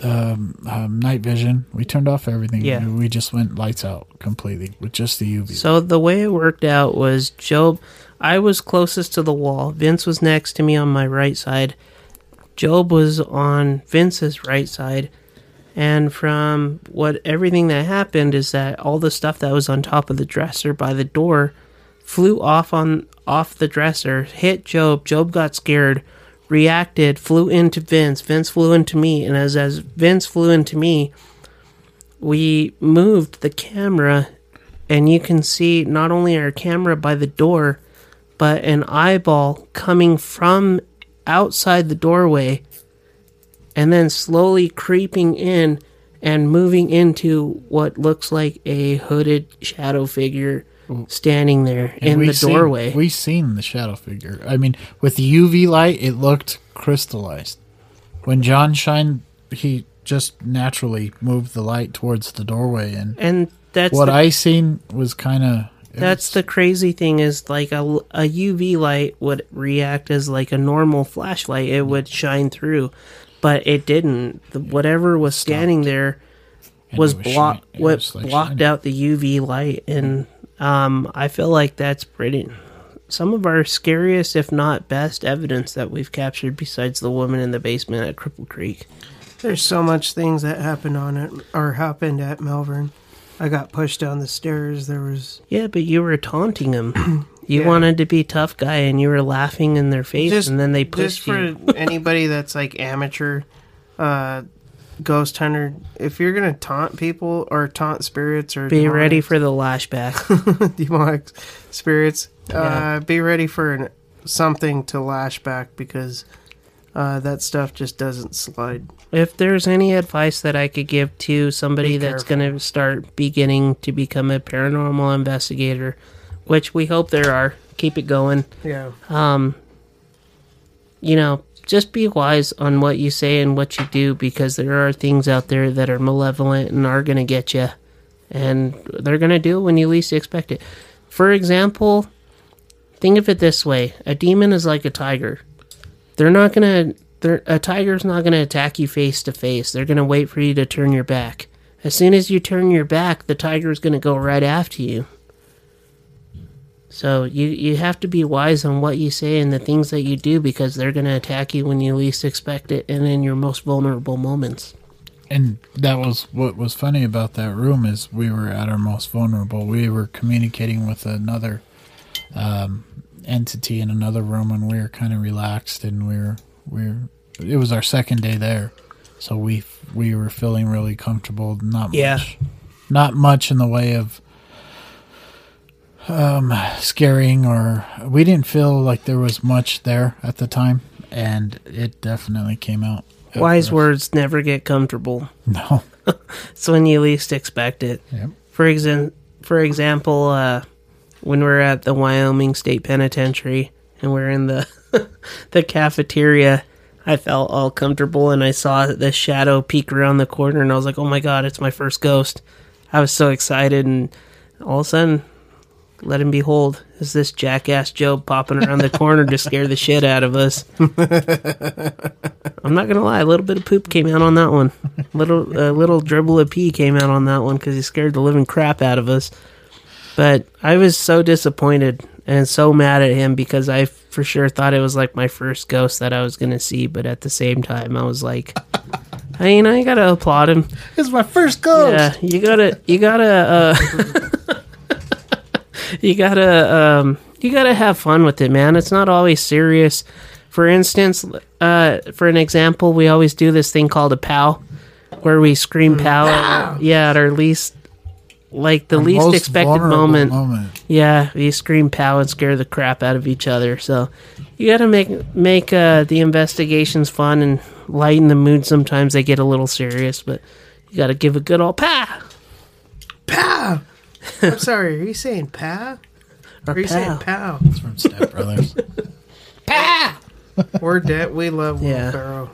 um, um, night vision. We turned off everything.
Yeah.
and we just went lights out completely with just the UV.
So the way it worked out was Job. I was closest to the wall. Vince was next to me on my right side. Job was on Vince's right side. And from what everything that happened is that all the stuff that was on top of the dresser by the door flew off on off the dresser, hit Job. Job got scared, reacted, flew into Vince. Vince flew into me, and as as Vince flew into me, we moved the camera and you can see not only our camera by the door, but an eyeball coming from outside the doorway and then slowly creeping in and moving into what looks like a hooded shadow figure standing there in
Mm. we
the
seen-
doorway.
we seen the shadow figure. I mean, with the UV light, it looked crystallized. When John shined, he just naturally moved the light towards the doorway, and
and that's
what
the-
I seen was kind of
That's the crazy thing is like a, a UV light would react as like a normal flashlight. It would shine through, but it didn't. The, whatever was standing there was,
it was
blocked.
shine- it
What
was, like,
blocked
shining.
out the UV light, and um, I feel like that's pretty. Some of our scariest, if not best, evidence that we've captured, besides the woman in the basement at Cripple Creek.
There's so much things that happened on it or happened at Melbourne. I got pushed down the stairs. There was
Yeah, but you were taunting him. You
Yeah.
wanted to be tough guy, and you were laughing in their face,
just
and then they pushed
just for
you.
anybody that's like amateur uh, ghost hunter. If you're gonna taunt people or taunt spirits or
Be ready
demonic-
for the lashback.
demonic spirits,
Yeah.
uh, be ready for an, something to lash back because uh, that stuff just doesn't slide.
If there's any advice that I could give to somebody
Be
that's
careful.
going to start beginning to become a paranormal investigator, which we hope there are, keep it going.
Yeah.
Um, you know, just be wise on what you say and what you do because there are things out there that are malevolent and are going to get you. And they're going to do it when you least expect it. For example, think of it this way a demon is like a tiger. They're not going to, they're, a tiger's not going to attack you face to face. They're going to wait for you to turn your back. As soon as you turn your back, the tiger's going to go right after you. So you you have to be wise on what you say and the things that you do because they're going to attack you when you least expect it and in your most vulnerable moments.
And that was what was funny about that room is we were at our most vulnerable. We were communicating with another um, entity in another room, and we were kind of relaxed, and we were we were, it was our second day there, so we we were feeling really comfortable. Not
Yeah.
much, not much in the way of um, scaring or we didn't feel like there was much there at the time, and it definitely came out.
Wise words never get comfortable.
No.
It's when you least expect it.
Yep.
For example, for example, uh, when we're at the Wyoming State Penitentiary and we're in the the cafeteria, I felt all comfortable and I saw the shadow peek around the corner and I was like, "Oh my god, it's my first ghost!" I was so excited and all of a sudden, let him behold, is this jackass Job popping around the corner to scare the shit out of us? I'm not gonna lie, a little bit of poop came out on that one. Little a little dribble of pee came out on that one because he scared the living crap out of us. But I was so disappointed and so mad at him because I for sure thought it was like my first ghost that I was gonna see. But at the same time, I was like, I mean, I gotta applaud him.
It's my first ghost.
Yeah, you gotta, you gotta, uh, you gotta, um, you gotta have fun with it, man. It's not always serious. For instance, uh, for an example, we always do this thing called a pow, where we scream pow. at- yeah, at our least, like the least
most
expected
vulnerable
moment.
moment.
Yeah, we scream pow and scare the crap out of each other. So you gotta make make uh, the investigations fun and lighten the mood. Sometimes they get a little serious, but you gotta give a good old pow.
Pow! I'm sorry. Are you saying pow?
Or
Are you saying
pow.
pow?
from Step Brothers.
We're dead. We love Will
Yeah.
Ferrell.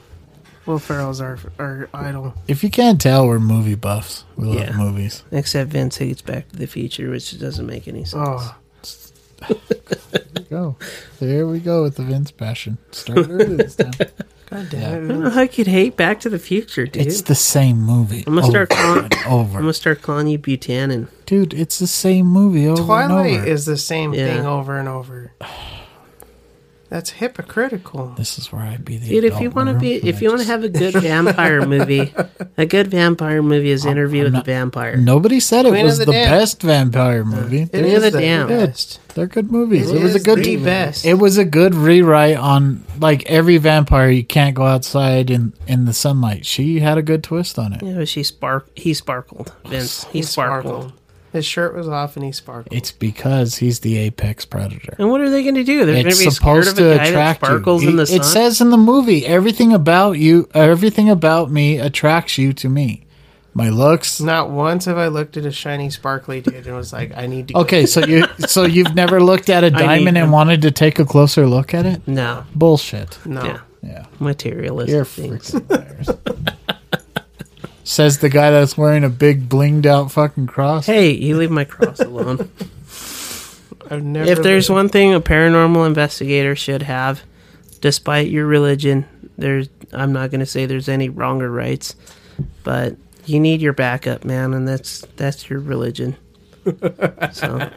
Will Ferrell's our our idol.
if you can't tell, we're movie buffs. We love
Yeah.
movies.
Except Vince hates Back to the Future, which doesn't make any sense.
Oh,
Go. There we go with the Vince passion. Start early this time.
god
I
damn it!
don't know how you could hate Back to the Future, dude.
It's the same movie.
I'm gonna start calling.
and over.
I'm gonna start calling you Buchanan.
Dude, it's the same movie over and
Twilight
over.
is the same
Yeah.
thing over and over. That's hypocritical.
this is where I'd be the
Dude, if
adult
you want to
in the
be,
room,
if
and
you
I
want to
just-
have a good vampire movie, a good vampire movie is Interview with the Vampire.
Nobody said it
Queen of
was
the
the,
Damned.
best vampire movie.
It
They're,
is
the
the
damn.
best.
they're good movies.
It
It, was a
is
good
the best.
It was a good rewrite on like every vampire you can't go outside in in the sunlight. She had a good twist on it.
Yeah, but she spark. He sparkled, Vince. He, sparkled.
His shirt was off and he sparkled.
It's because he's the apex predator.
And what are they going to do? They're going
it's
to be scared
supposed
of a
to
guy that
attract
sparkles
you.
in the
it,
sun.
it says in the movie, everything about you, everything about me attracts you to me. My looks.
Not once have I looked at a shiny, sparkly dude and was like, "I need to."
Okay, so you so you've never looked at a diamond and
them.
wanted to take a closer look at it?
no,
Bullshit.
go. no.
yeah,
Yeah,
materialistic
you're
things.
freaking liars. Says the guy that's wearing a big blinged out fucking cross.
Hey, you leave my cross alone.
I've never.
if there's one thing a paranormal investigator should have, despite your religion, there's I'm not going to say there's any wrong or rights, but you need your backup, man, and that's that's your religion. so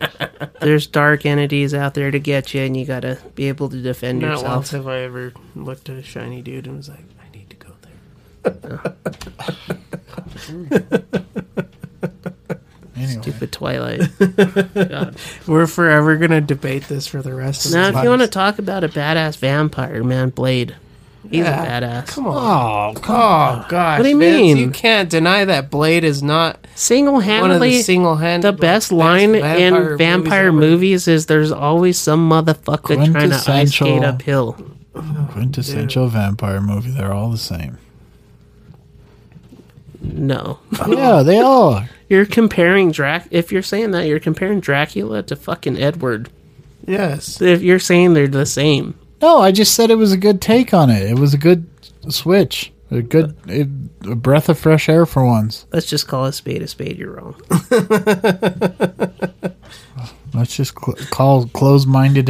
there's dark entities out there to get you, and you got to be able to defend
Not
yourself.
once have I ever looked at a shiny dude and was like, I need to go there.
Stupid Twilight. God.
We're forever gonna debate this for the rest of
Now,
the
if you want to talk about a badass vampire, man, Blade, he's
Yeah,
a badass.
Come on. Oh, gosh.
What do you
Vince,
mean?
You can't deny that Blade is not one of the
Single-handedly,
single-handed
the best line
vampire
in vampire movies, is "There's always some motherfucker trying to ice skate
Quintessential-
uphill."
Quintessential vampire movie. They're all the same.
No,
Yeah, they all are.
you're comparing Drac. If you're saying that, you're comparing Dracula to fucking Edward.
Yes.
If you're saying they're the same,
No, I just said it was a good take on it. It was a good switch. A good it, a breath of fresh air for once.
let's just call a spade a spade. You're wrong.
Let's just cl- call close-minded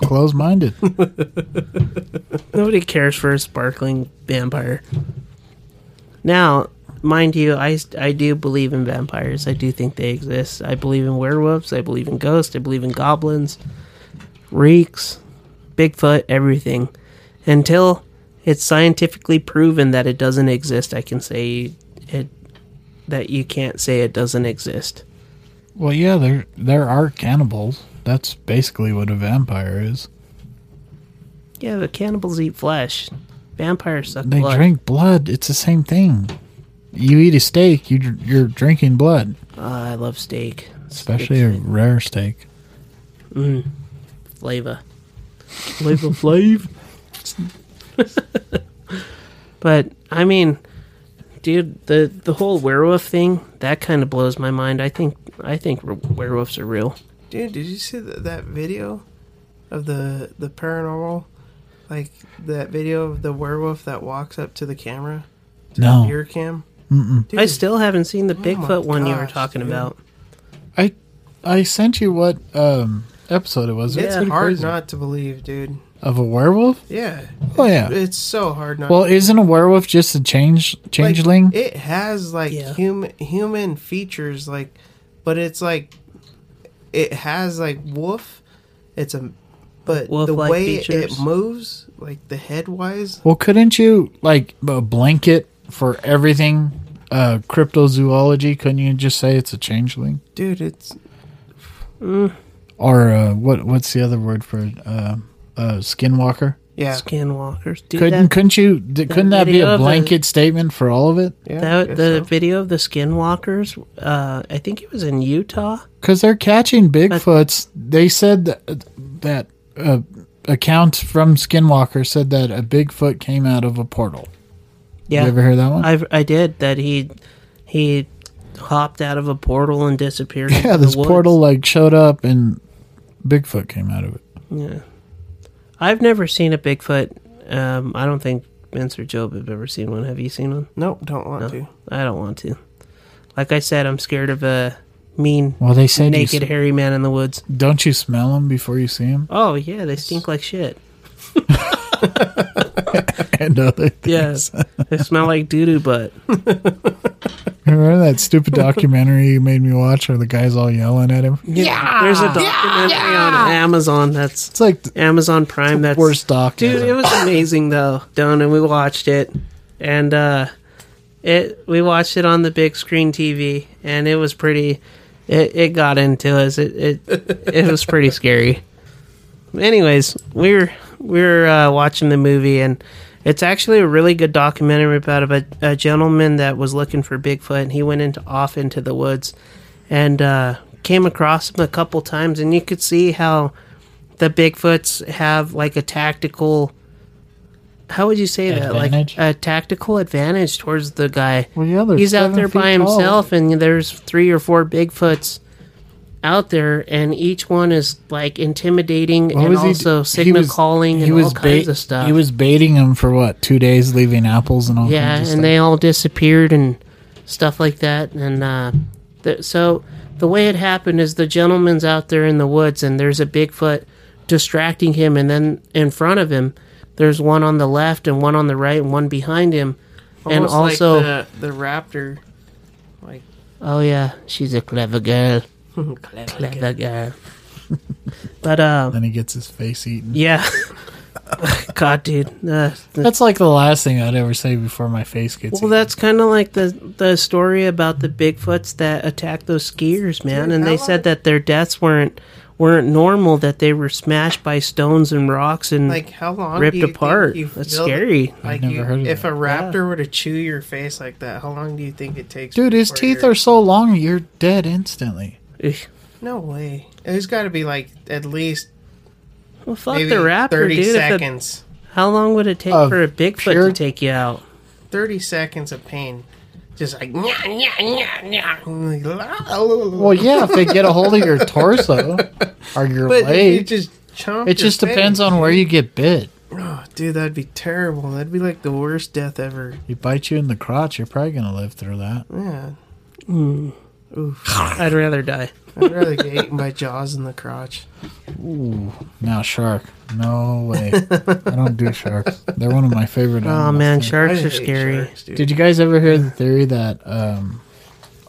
close-minded.
Nobody cares for a sparkling vampire. Now, mind you, I, I do believe in vampires. I do think they exist. I believe in werewolves. I believe in ghosts. I believe in goblins, reeks, Bigfoot, everything. Until it's scientifically proven that it doesn't exist, I can say it that you can't say it doesn't exist.
well, yeah, there there are cannibals. That's basically what a vampire is.
Yeah, but cannibals eat flesh. Vampires suck
They
blood.
drink blood. It's the same thing. You eat a steak, you dr- you're drinking blood,
Ah, I love steak. It's good
especially a rare steak.
Mm. Flavor. Flavor flav. but I mean, dude, the the whole werewolf thing that kind of blows my mind. I think I think re- werewolves are real.
Dude, did you see that, that video of the the paranormal? Like that video of the werewolf that walks up to the camera, to
No.
the beer cam.
Mm-mm.
I still haven't seen the
Oh my
Bigfoot one you were
gosh,
talking
dude.
about.
I I sent you what um episode it was. It's
It's
pretty
hard
crazy.
not to believe, dude.
of a werewolf?
Yeah.
Oh yeah.
It's so hard not.
well, isn't a werewolf just a change
Like,
changeling?
it has like
Yeah.
human human features, like, but it's like it has like wolf. It's a, but the
Wolf-like
way
features?
it moves, like the head wise.
well, couldn't you like a blanket for everything? Uh, cryptozoology? Couldn't you just say it's a changeling?
Dude, it's
Or uh, what? What's the other word for uh, uh, skinwalker?
yeah,
Skinwalkers. Dude,
Couldn't
that,
couldn't you? d couldn't that be
video
a
of the-
blanket statement for all of it?
yeah. I
that
guess
the
so.
video of the skinwalkers? Uh, I think it was in Utah.
Because they're catching Bigfoots. They said that, that uh, account from Skinwalker said that a Bigfoot came out of a portal.
Yeah,
You ever hear that one?
I I did that. He he hopped out of a portal and disappeared. into
yeah,
the
this
woods.
portal like showed up and Bigfoot came out of it.
Yeah, I've never seen a Bigfoot. Um, I don't think Vince or Job have ever seen one. Have you seen one?
Nope, don't want to.
I don't want to. Like I said, I'm scared of a mean,
Well, they said you
naked,
s-
hairy man in the woods.
Don't you smell him before you see him?
Oh yeah, they stink like shit.
And other
Yeah,
things.
they smell like doo doo butt.
Remember that stupid documentary you made me watch where the guy's all yelling at him?
Yeah, there's a documentary on Amazon that's
It's like the
Amazon Prime. That's
worst doc.
Dude,
ever.
it was amazing though. Done and we watched it, and uh, it we watched it on the big screen TV, and it was pretty. It, it got into us. It it, it was pretty scary. Anyways, we were we were uh, watching the movie, and it's actually a really good documentary about a, a gentleman that was looking for Bigfoot, and he went into off into the woods, and uh, came across him a couple times, and you could see how the Bigfoots have like a tactical. How would you say
Advantage?
that? Like a tactical advantage towards the guy.
Well, yeah, they're
he's out
seven
there by
feet tall.
himself, and there's three or four Bigfoots out there, and each one is like intimidating
What
and
was he d-
also
he
signal
was-
calling and all kinds
bait-
of stuff.
He was baiting him for what two days, leaving apples and all.
yeah,
kinds of
and
stuff.
they all disappeared and stuff like that, and uh, th- so the way it happened is the gentleman's out there in the woods and there's a Bigfoot distracting him, and then in front of him, there's one on the left and one on the right and one behind him, and
Almost like
also
the, the raptor. Like
oh yeah, she's a clever girl,
Clever
clever girl. but um,
Then he gets his face eaten.
yeah, God, dude, uh, the-
That's like the last thing I'd ever say before my face gets
Well,
eaten.
that's kind of like the the story about the Bigfoots that attacked those skiers, man. And they said that their deaths weren't weren't normal; that they were smashed by stones and rocks and
like how long
ripped
do you think
apart.
you
That's
feel-
scary.
Like
never
you,
heard of
if
that.
a raptor were to chew your face like that, how long do you think it takes?
Dude, his
before
teeth
you're-
are so long, you're dead instantly.
Ugh.
no way. There's got to be like at least
Well, fuck
maybe
the raptor,
thirty
dude. If the-
seconds.
how long would it take
Of
for a Bigfoot
pure-
to take you out?
Thirty seconds of pain, just like nya, nya, nya, nya.
Well, yeah, if they get a hold of your torso or your
but you
leg,
just chomp.
it just depends on where you get bit.
Oh, dude, that'd be terrible. That'd be like the worst death ever.
You bite you in the crotch, you're probably gonna live through that.
Mm.
Yeah,
I'd rather die.
I'd rather get eaten by jaws in the crotch.
Now shark, no way. I don't do sharks. They're one of my favorite.
Oh
animals.
man,
I
sharks are
hate
scary.
sharks, dude.
Did you guys ever hear the theory that um,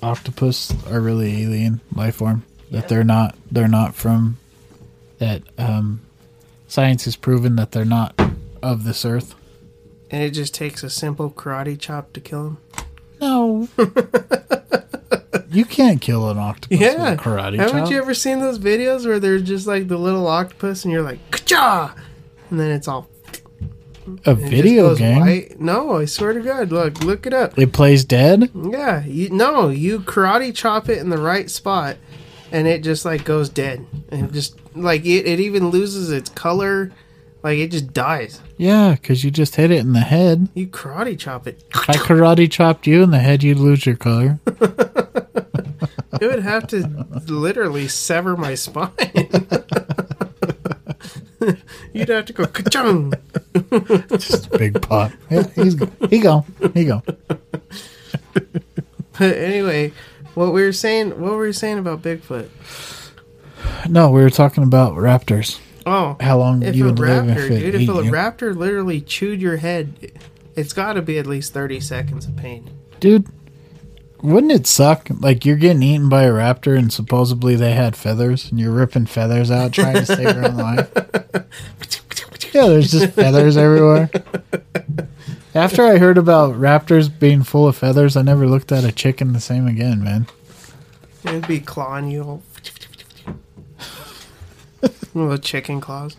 octopus are really alien life form? That they're not. They're not from. That um, science has proven that they're not of this earth.
And it just takes a simple karate chop to kill him.
No. you can't kill an octopus
Yeah,
with a karate chop.
Haven't you ever seen those videos where they're just like the little octopus, and you're like, "Kacha!" and then it's all
a
it just
video
goes
game?
white. No, I swear to God, look, look it up.
It plays dead?
Yeah, you no, you karate chop it in the right spot, and it just like goes dead, and it just like it, it even loses its color, like it just dies.
Yeah, because you just hit it in the head.
You karate chop it.
If I karate chopped you in the head, you'd lose your color.
It would have to literally sever my spine. You'd have to go ka-chung.
Just a big pot. Yeah, he's, he go. He go.
But anyway, what we were saying, what were you saying about Bigfoot?
No, we were talking about raptors.
Oh,
How long
if
you
a
would live
raptor,
if it
dude, if
ate
a
you.
raptor literally chewed your head, it's got to be at least thirty seconds of pain.
Dude, wouldn't it suck? Like, you're getting eaten by a raptor, and supposedly they had feathers, and you're ripping feathers out trying to save your own life. Yeah, there's just feathers everywhere. After I heard about raptors being full of feathers, I never looked at a chicken the same again, man.
It'd be clawing you. all- Little chicken claws.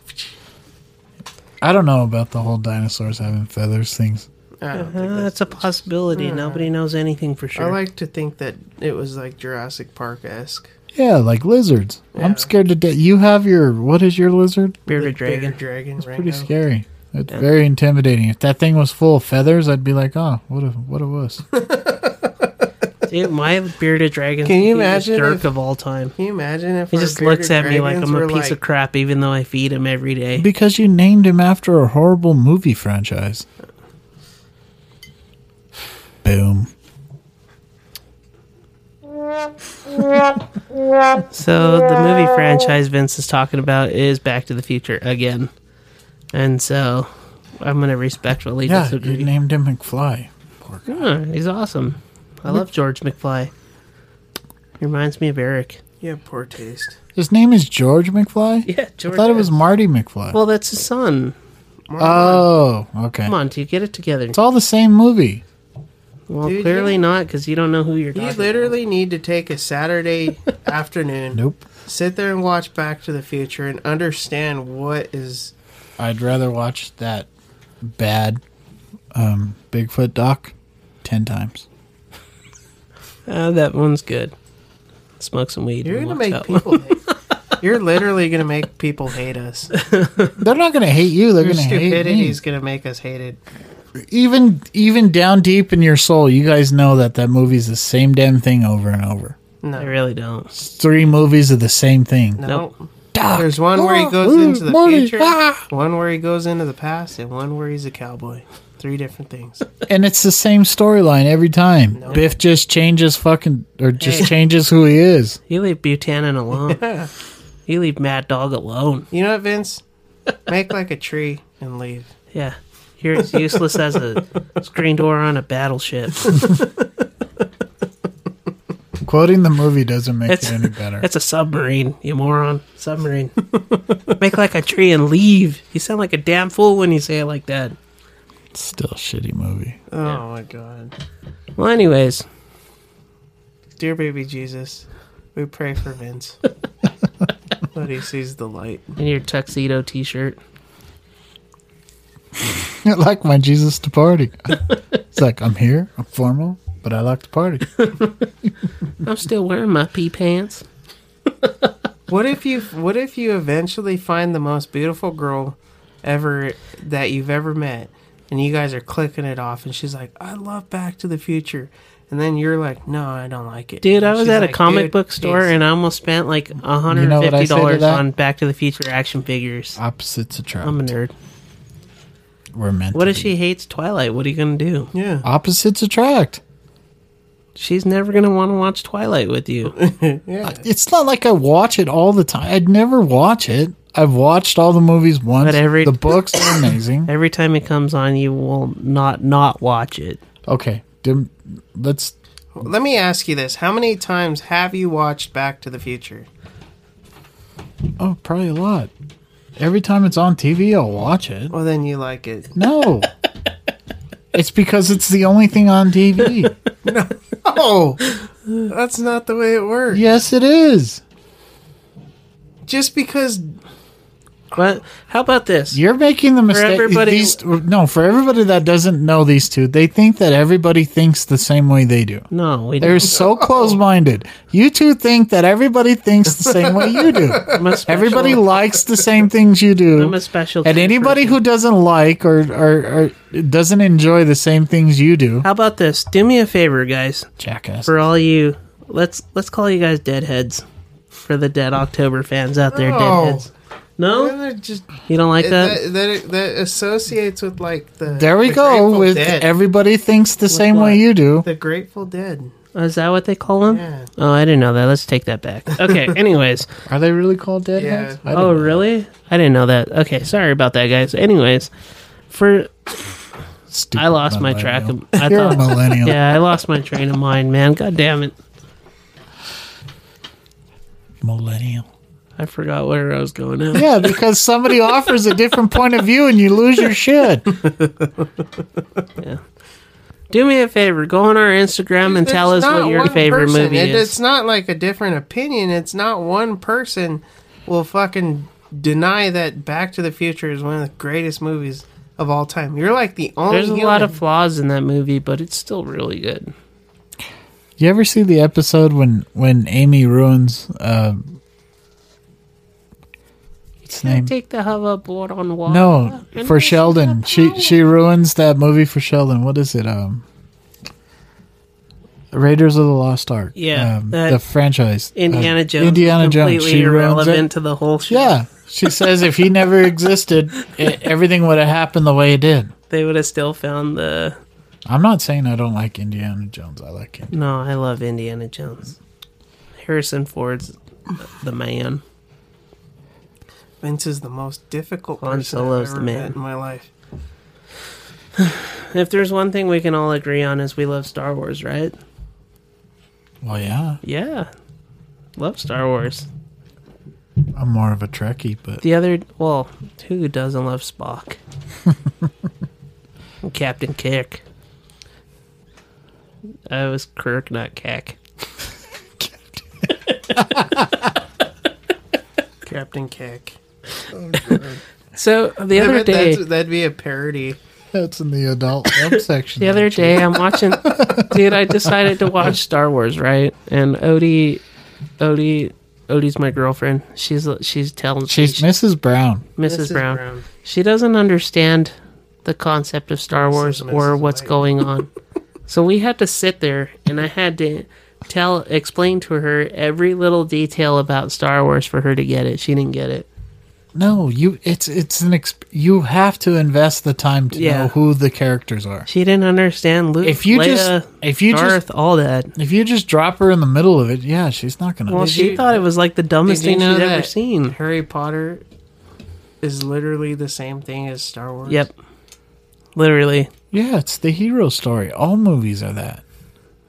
I don't know about the whole dinosaurs having feathers things.
I, don't think
Uh,
that's- uh,
that's a possibility. Nobody knows anything for
I
sure.
like to think that it was like Jurassic Park esque.
Yeah, like lizards.
Yeah.
I'm scared to death. You have your what is your lizard?
Bearded dragon.
dragon,
Pretty
Rango.
scary. It's very intimidating. If that thing was full of feathers, I'd be like, oh, what a what a wuss.
Dude, my bearded dragon.
Can you imagine
Jerk
if-
of all time.
Can you imagine if
He
our
just looks at
bearded
me like I'm
dragons
a
were,
piece of
like-
crap, even though I feed him every day.
because you named him after a horrible movie franchise. Boom.
So the movie franchise Vince is talking about is Back to the Future again, and so I'm gonna respectfully
Yeah,
disagree.
you named him McFly.
Yeah, he's awesome. I love George McFly. He reminds me of Eric.
Yeah, poor taste.
His name is George McFly.
Yeah, George.
I thought it was Marty McFly.
Well, that's his son.
oh, okay.
Come on, dude, get it together.
It's all the same movie.
Well,
Dude,
clearly
you-
not, because you don't know who you're talking.
You
about.
literally need to take a Saturday afternoon,
Nope.
sit there and watch Back to the Future and understand what is.
I'd rather watch that bad um, Bigfoot doc ten times.
Ah, that one's good. Smoke some weed.
You're
and
gonna
watch
make
that one.
people. hate. You're literally gonna make people hate us.
They're not gonna hate you. They're
Your
gonna
stupidity
hate
is gonna make us hated.
me. Even even down deep in your soul, you guys know that that movie's the same damn thing over and over.
I really don't.
It's three movies of the same thing.
No. There's one where he
Ah,
goes
ooh,
into the
Marty,
future,
ah.
one where he goes into the past, and one where he's a cowboy. Three different things.
And it's the same storyline every time. Biff just changes fucking or just
Hey.
changes who he is.
You leave Buchanan alone. You leave Mad Dog alone.
You know what, Vince? Make like a tree and leave.
Yeah. You're as useless as a screen door on a battleship.
Quoting the movie doesn't make
It's,
it any better.
it's a submarine, you moron. Submarine. Make like a tree and leave. You sound like a damn fool when you say it like that.
Still a shitty movie.
Oh my God.
Well, anyways,
Dear baby Jesus, we pray for Vince. that he sees the light.
in your tuxedo t shirt.
I like my Jesus to party. it's like I'm here, I'm formal, but I like to party.
I'm still wearing my pee pants.
What if you what if you eventually find the most beautiful girl ever that you've ever met and you guys are clicking it off and she's like, I love Back to the Future and then you're like, No, I don't like it.
Dude, I
And
was
she's
at a
like,
comic
"Dude,
book store
it's-
and I almost spent like $150
You know what I say to that?
on Back to the Future action figures.
Opposites attract.
I'm a nerd.
We're meant
What
to
if
be.
she hates Twilight? What are you going to do?
Yeah.
Opposites attract.
She's never going to want to watch Twilight with you.
It's not like I watch it all the time. I'd never watch it. I've watched all the movies once.
But every-
the books are amazing.
Every time it comes on, you will not not watch it.
Okay, dim- let's.
Let me ask you this. How many times have you watched Back to the Future?
Oh, probably a lot. Every time it's on TV, I'll watch it.
Well then you like it.
No, it's because it's the only thing on TV.
Oh that's not the way it works.
yes, it is.
Just because
But how about this?
You're making the mistake.
everybody-
these, no, for everybody that doesn't know these two, they think that everybody thinks the same way they do.
no, we
They're so close-minded. You two think that everybody thinks the same way you do.
I'm a special-
Everybody likes the same things you do.
I'm a special.
And
type
anybody
person.
who doesn't like or, or, or doesn't enjoy the same things you do,
How about this? Do me a favor, guys.
jackass.
For all you, let's let's call you guys deadheads. For the Dead October fans out there,
Oh.
No.
deadheads. No,
they're just
you don't like that.
that, that, that associates with like the
There we
the
go.
Grateful
With
Dead.
everybody thinks the same
what?
way you do.
the Grateful Dead.
Oh, Is that what they call them?
Yeah.
Oh, I didn't know that. Let's take that back. Okay. Anyways.
Are they really called deadheads?
Yeah.
I
Oh,
don't know.
really? I didn't know that. Okay, sorry about that, guys. Anyways, for
Stupid
I lost my track.
millennial.
Of, I
You're a
thought,
millennial.
yeah, I lost my train of mind, man. God damn it.
Millennial.
I forgot where I was going now.
Yeah, because somebody offers a different point of view and you lose your shit.
Do me a favor, go on our Instagram and tell us
It's
what
not
your
one
favorite
person.
movie
It-
is.
It's not like a different opinion. It's not one person will fucking deny that Back to the Future is one of the greatest movies of all time. You're like the only.
There's a
human.
lot of flaws in that movie, but it's still really good.
You ever see the episode when when Amy ruins uh, what's
Can I
name?
take the hoverboard on water?
No,
And
for
this is
Sheldon.
the
She
power.
she ruins that movie for Sheldon. What is it? Um, Raiders of the Lost Ark.
Yeah,
um,
that-
the franchise.
Indiana
Uh,
Jones.
Indiana Jones.
completely
She ruins
irrelevant
it.
to the whole show.
Yeah, she says if he never existed, it, everything would have happened the way it did.
They would have still found the
I'm not saying I don't like Indiana Jones. I like him.
No, I love Indiana Jones. Harrison Ford's the man.
Vince is the most difficult
Han
person I've
Solo's
ever
the man.
met in my life.
If there's one thing we can all agree on is we love Star Wars, right?
Well, yeah,
Yeah. Love Star Wars.
I'm more of a Trekkie, but
The other, well, who doesn't love Spock? And Captain Kirk. I was Kirk, not Cack.
Captain Kick.
So the other day,
That's, that'd be a parody.
that's in the adult film section.
the other day, I'm watching. dude, I decided to watch Star Wars, right? And Odie, Odie, Odie's my girlfriend. She's she's telling
she's
she-
Mrs. Brown.
Mrs. Brown. She doesn't understand the concept of Star Wars or what's going on. so we had to sit there and I had to tell explain to her every little detail about Star Wars for her to get it. She didn't get it.
No, you. It's it's an. Exp- you have to invest the time to
Yeah.
know who the characters are.
She didn't understand Luke.
If you
Leia,
just, if you
Darth,
just,
all that.
if you just drop her in the middle of it, yeah, she's not gonna.
Well, she thought it was like the dumbest
Did you
thing
know
she'd ever
that
seen.
Harry Potter is literally the same thing as Star Wars.
Yep. Literally.
yeah, it's the hero story. All movies are that.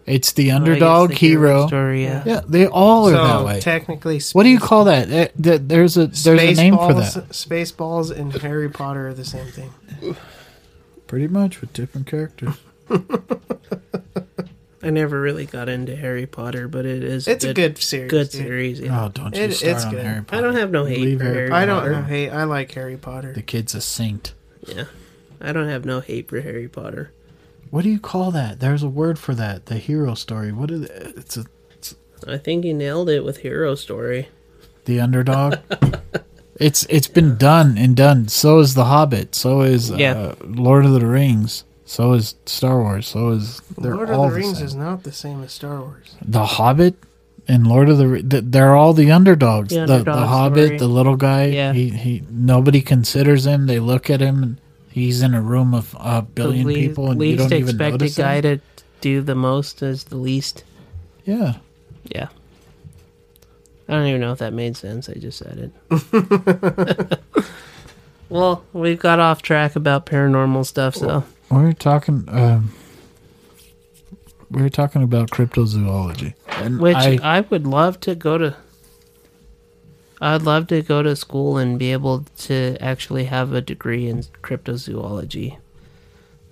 It's
Oh,
the
guess
underdog
the hero
hero.
story, yeah.
yeah, they all are
So
that way.
technically,
what do you call that? Eh, th- There's a there's a name for that.
Spaceballs and Harry Potter are the same thing.
Pretty much with different characters.
I never really got into Harry Potter, but it is
It's a good series.
Good
dude.
series. Yeah.
Oh, don't you
It-
start
it's
on
good.
Harry
I
Potter.
don't have no hate
Leave
for
Harry
Harry
I don't
Potter.
know. Hey, I like Harry Potter.
The kid's a saint.
Yeah. I don't have no hate for Harry Potter.
What do you call that? There's a word for that. The hero story. What is it? It's a,
I think you nailed it with Hero Story.
the underdog. it's it's been done and done. So is the Hobbit. So is
Yeah.
uh, Lord of the Rings. So is Star Wars. So is they're
Lord
all
of the Rings
same.
is not the same as Star Wars.
the Hobbit and Lord of the Ri- th- they're all the underdogs.
The
The, the,
underdog
Hobbit,
story.
the little guy.
Yeah.
He, he nobody considers him. They look at him. and He's in a room of a billion
the lea-
people, and you
least
don't even
expected
notice
guy
him.
to do the most is the least.
Yeah,
Yeah. I don't even know if that made sense. I just said it. well, we got off track about paranormal stuff, so
we were talking. Um, we were talking about cryptozoology, and
which uh, I,
I,
would love to go to. I'd love to go to school and be able to actually have a degree in cryptozoology.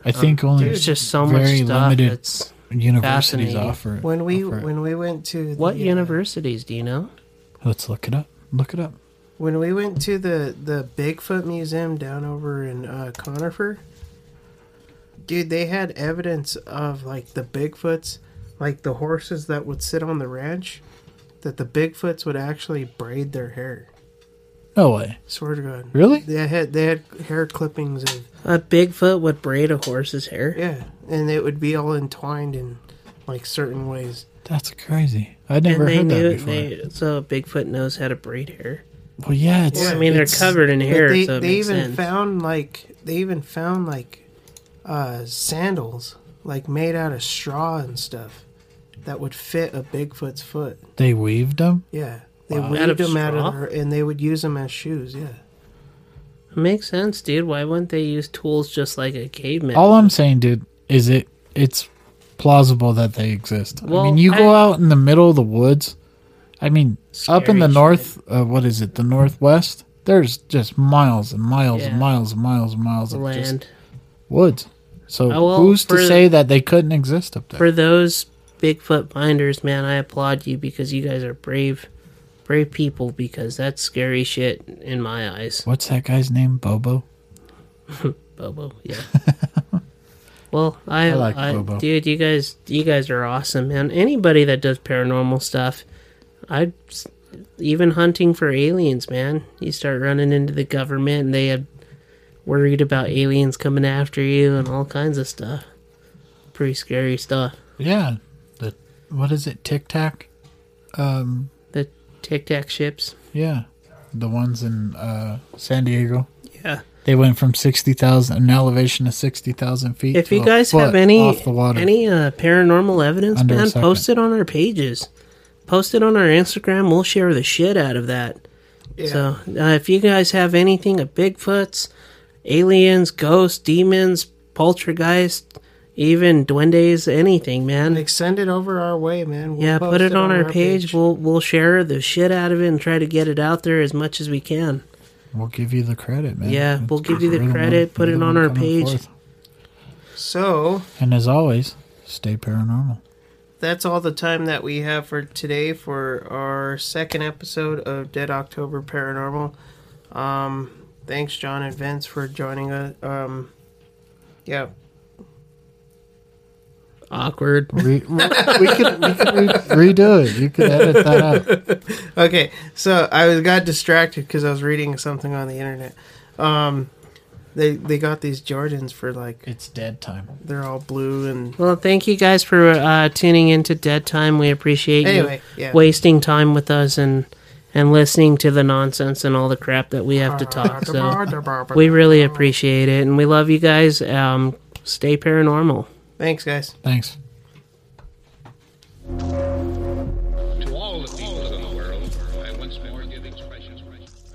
I think only
There's just so much
very
stuff.
limited
That's
universities
fascinating.
offer.
When we
offer it.
when we went to the,
what
uh,
universities do you know?
let's look it up. Look it up.
when we went to the the Bigfoot Museum down over in uh, Conifer, dude, they had evidence of like the Bigfoots, like the horses that would sit on the ranch, that the Bigfoots would actually braid their hair.
No way.
Swear to God,
Really?
They had they had hair clippings and
A Bigfoot would braid a horse's hair.
yeah, and it would be all entwined in like certain ways.
That's crazy. I'd never heard
and they
that
knew
before.
they, so Bigfoot knows how to braid hair.
well, yeah, it's.
I mean, they're
it's-
covered in
But
hair,
they
so it
they
makes
even
sense.
found like they even found like uh, sandals like made out of straw and stuff that would fit a Bigfoot's foot.
They weaved them.
Yeah, they
Out of
weaved them out
straw?
of their, and they would use them as shoes. Yeah,
Makes sense, dude. Why wouldn't they use tools just like a caveman?
All I'm saying, dude, is it it's plausible that they exist. I
Well,
mean, you go
I-
out in the middle of the woods. I mean, up in
Scary
the
shit.
north, uh, what is it? The northwest. There's just miles and miles
Yeah.
and miles and miles and miles of just
land
woods. So
Oh, well,
who's to
for-
say that they couldn't exist up there?
for those Bigfoot finders, man. I applaud you because you guys are brave, brave people. Because that's scary shit in my eyes,
What's that guy's name? Bobo.
Bobo. Yeah. well, I,
I like
I-
Bobo.
dude. You guys, you guys are awesome, man. Anybody that does paranormal stuff, I even hunting for aliens, man. You start running into the government, and they had worried about aliens coming after you and all kinds of stuff. Pretty scary stuff.
Yeah. The what is it? Tic Tac. Um.
The Tic Tac ships.
Yeah. The ones in uh, San Diego.
Yeah.
They went from sixty thousand an elevation to sixty thousand feet.
If
to
you
a
guys
foot
have any
off the water,
any uh, paranormal evidence,
Under a
man,
second.
post it on our pages. Post it on our Instagram. We'll share the shit out of that. So uh, if you guys have anything of Bigfoots, aliens, ghosts, demons, poltergeist, even duendes, anything, man.
like send it over our way, man. We'll
yeah,
post
put it on, our, page. We'll we'll share the shit out of it and try to get it out there as much as we can.
we'll give you the credit, man.
Yeah, we'll give you the
You're one-
credit, put
you're
it
the
on
one
our
coming
page.
forth.
So
And as always, stay paranormal.
that's all the time that we have for today for our second episode of Dead October Paranormal. Um, thanks, John and Vince, for joining us. Um, yeah,
Awkward.
Re- we could, we could re- redo it. You could edit that out.
okay, so I was got distracted because I was reading something on the internet. Um, they they got these Jordans for like
It's dead time.
they're all blue and
Well, thank you guys for uh, tuning in to Dead Time. We appreciate
Anyway,
you
yeah.
wasting time with us and and listening to the nonsense and all the crap that we have
Ah,
to talk. So we really appreciate it, and we love you guys. Um, stay paranormal.
Thanks, guys.
Thanks.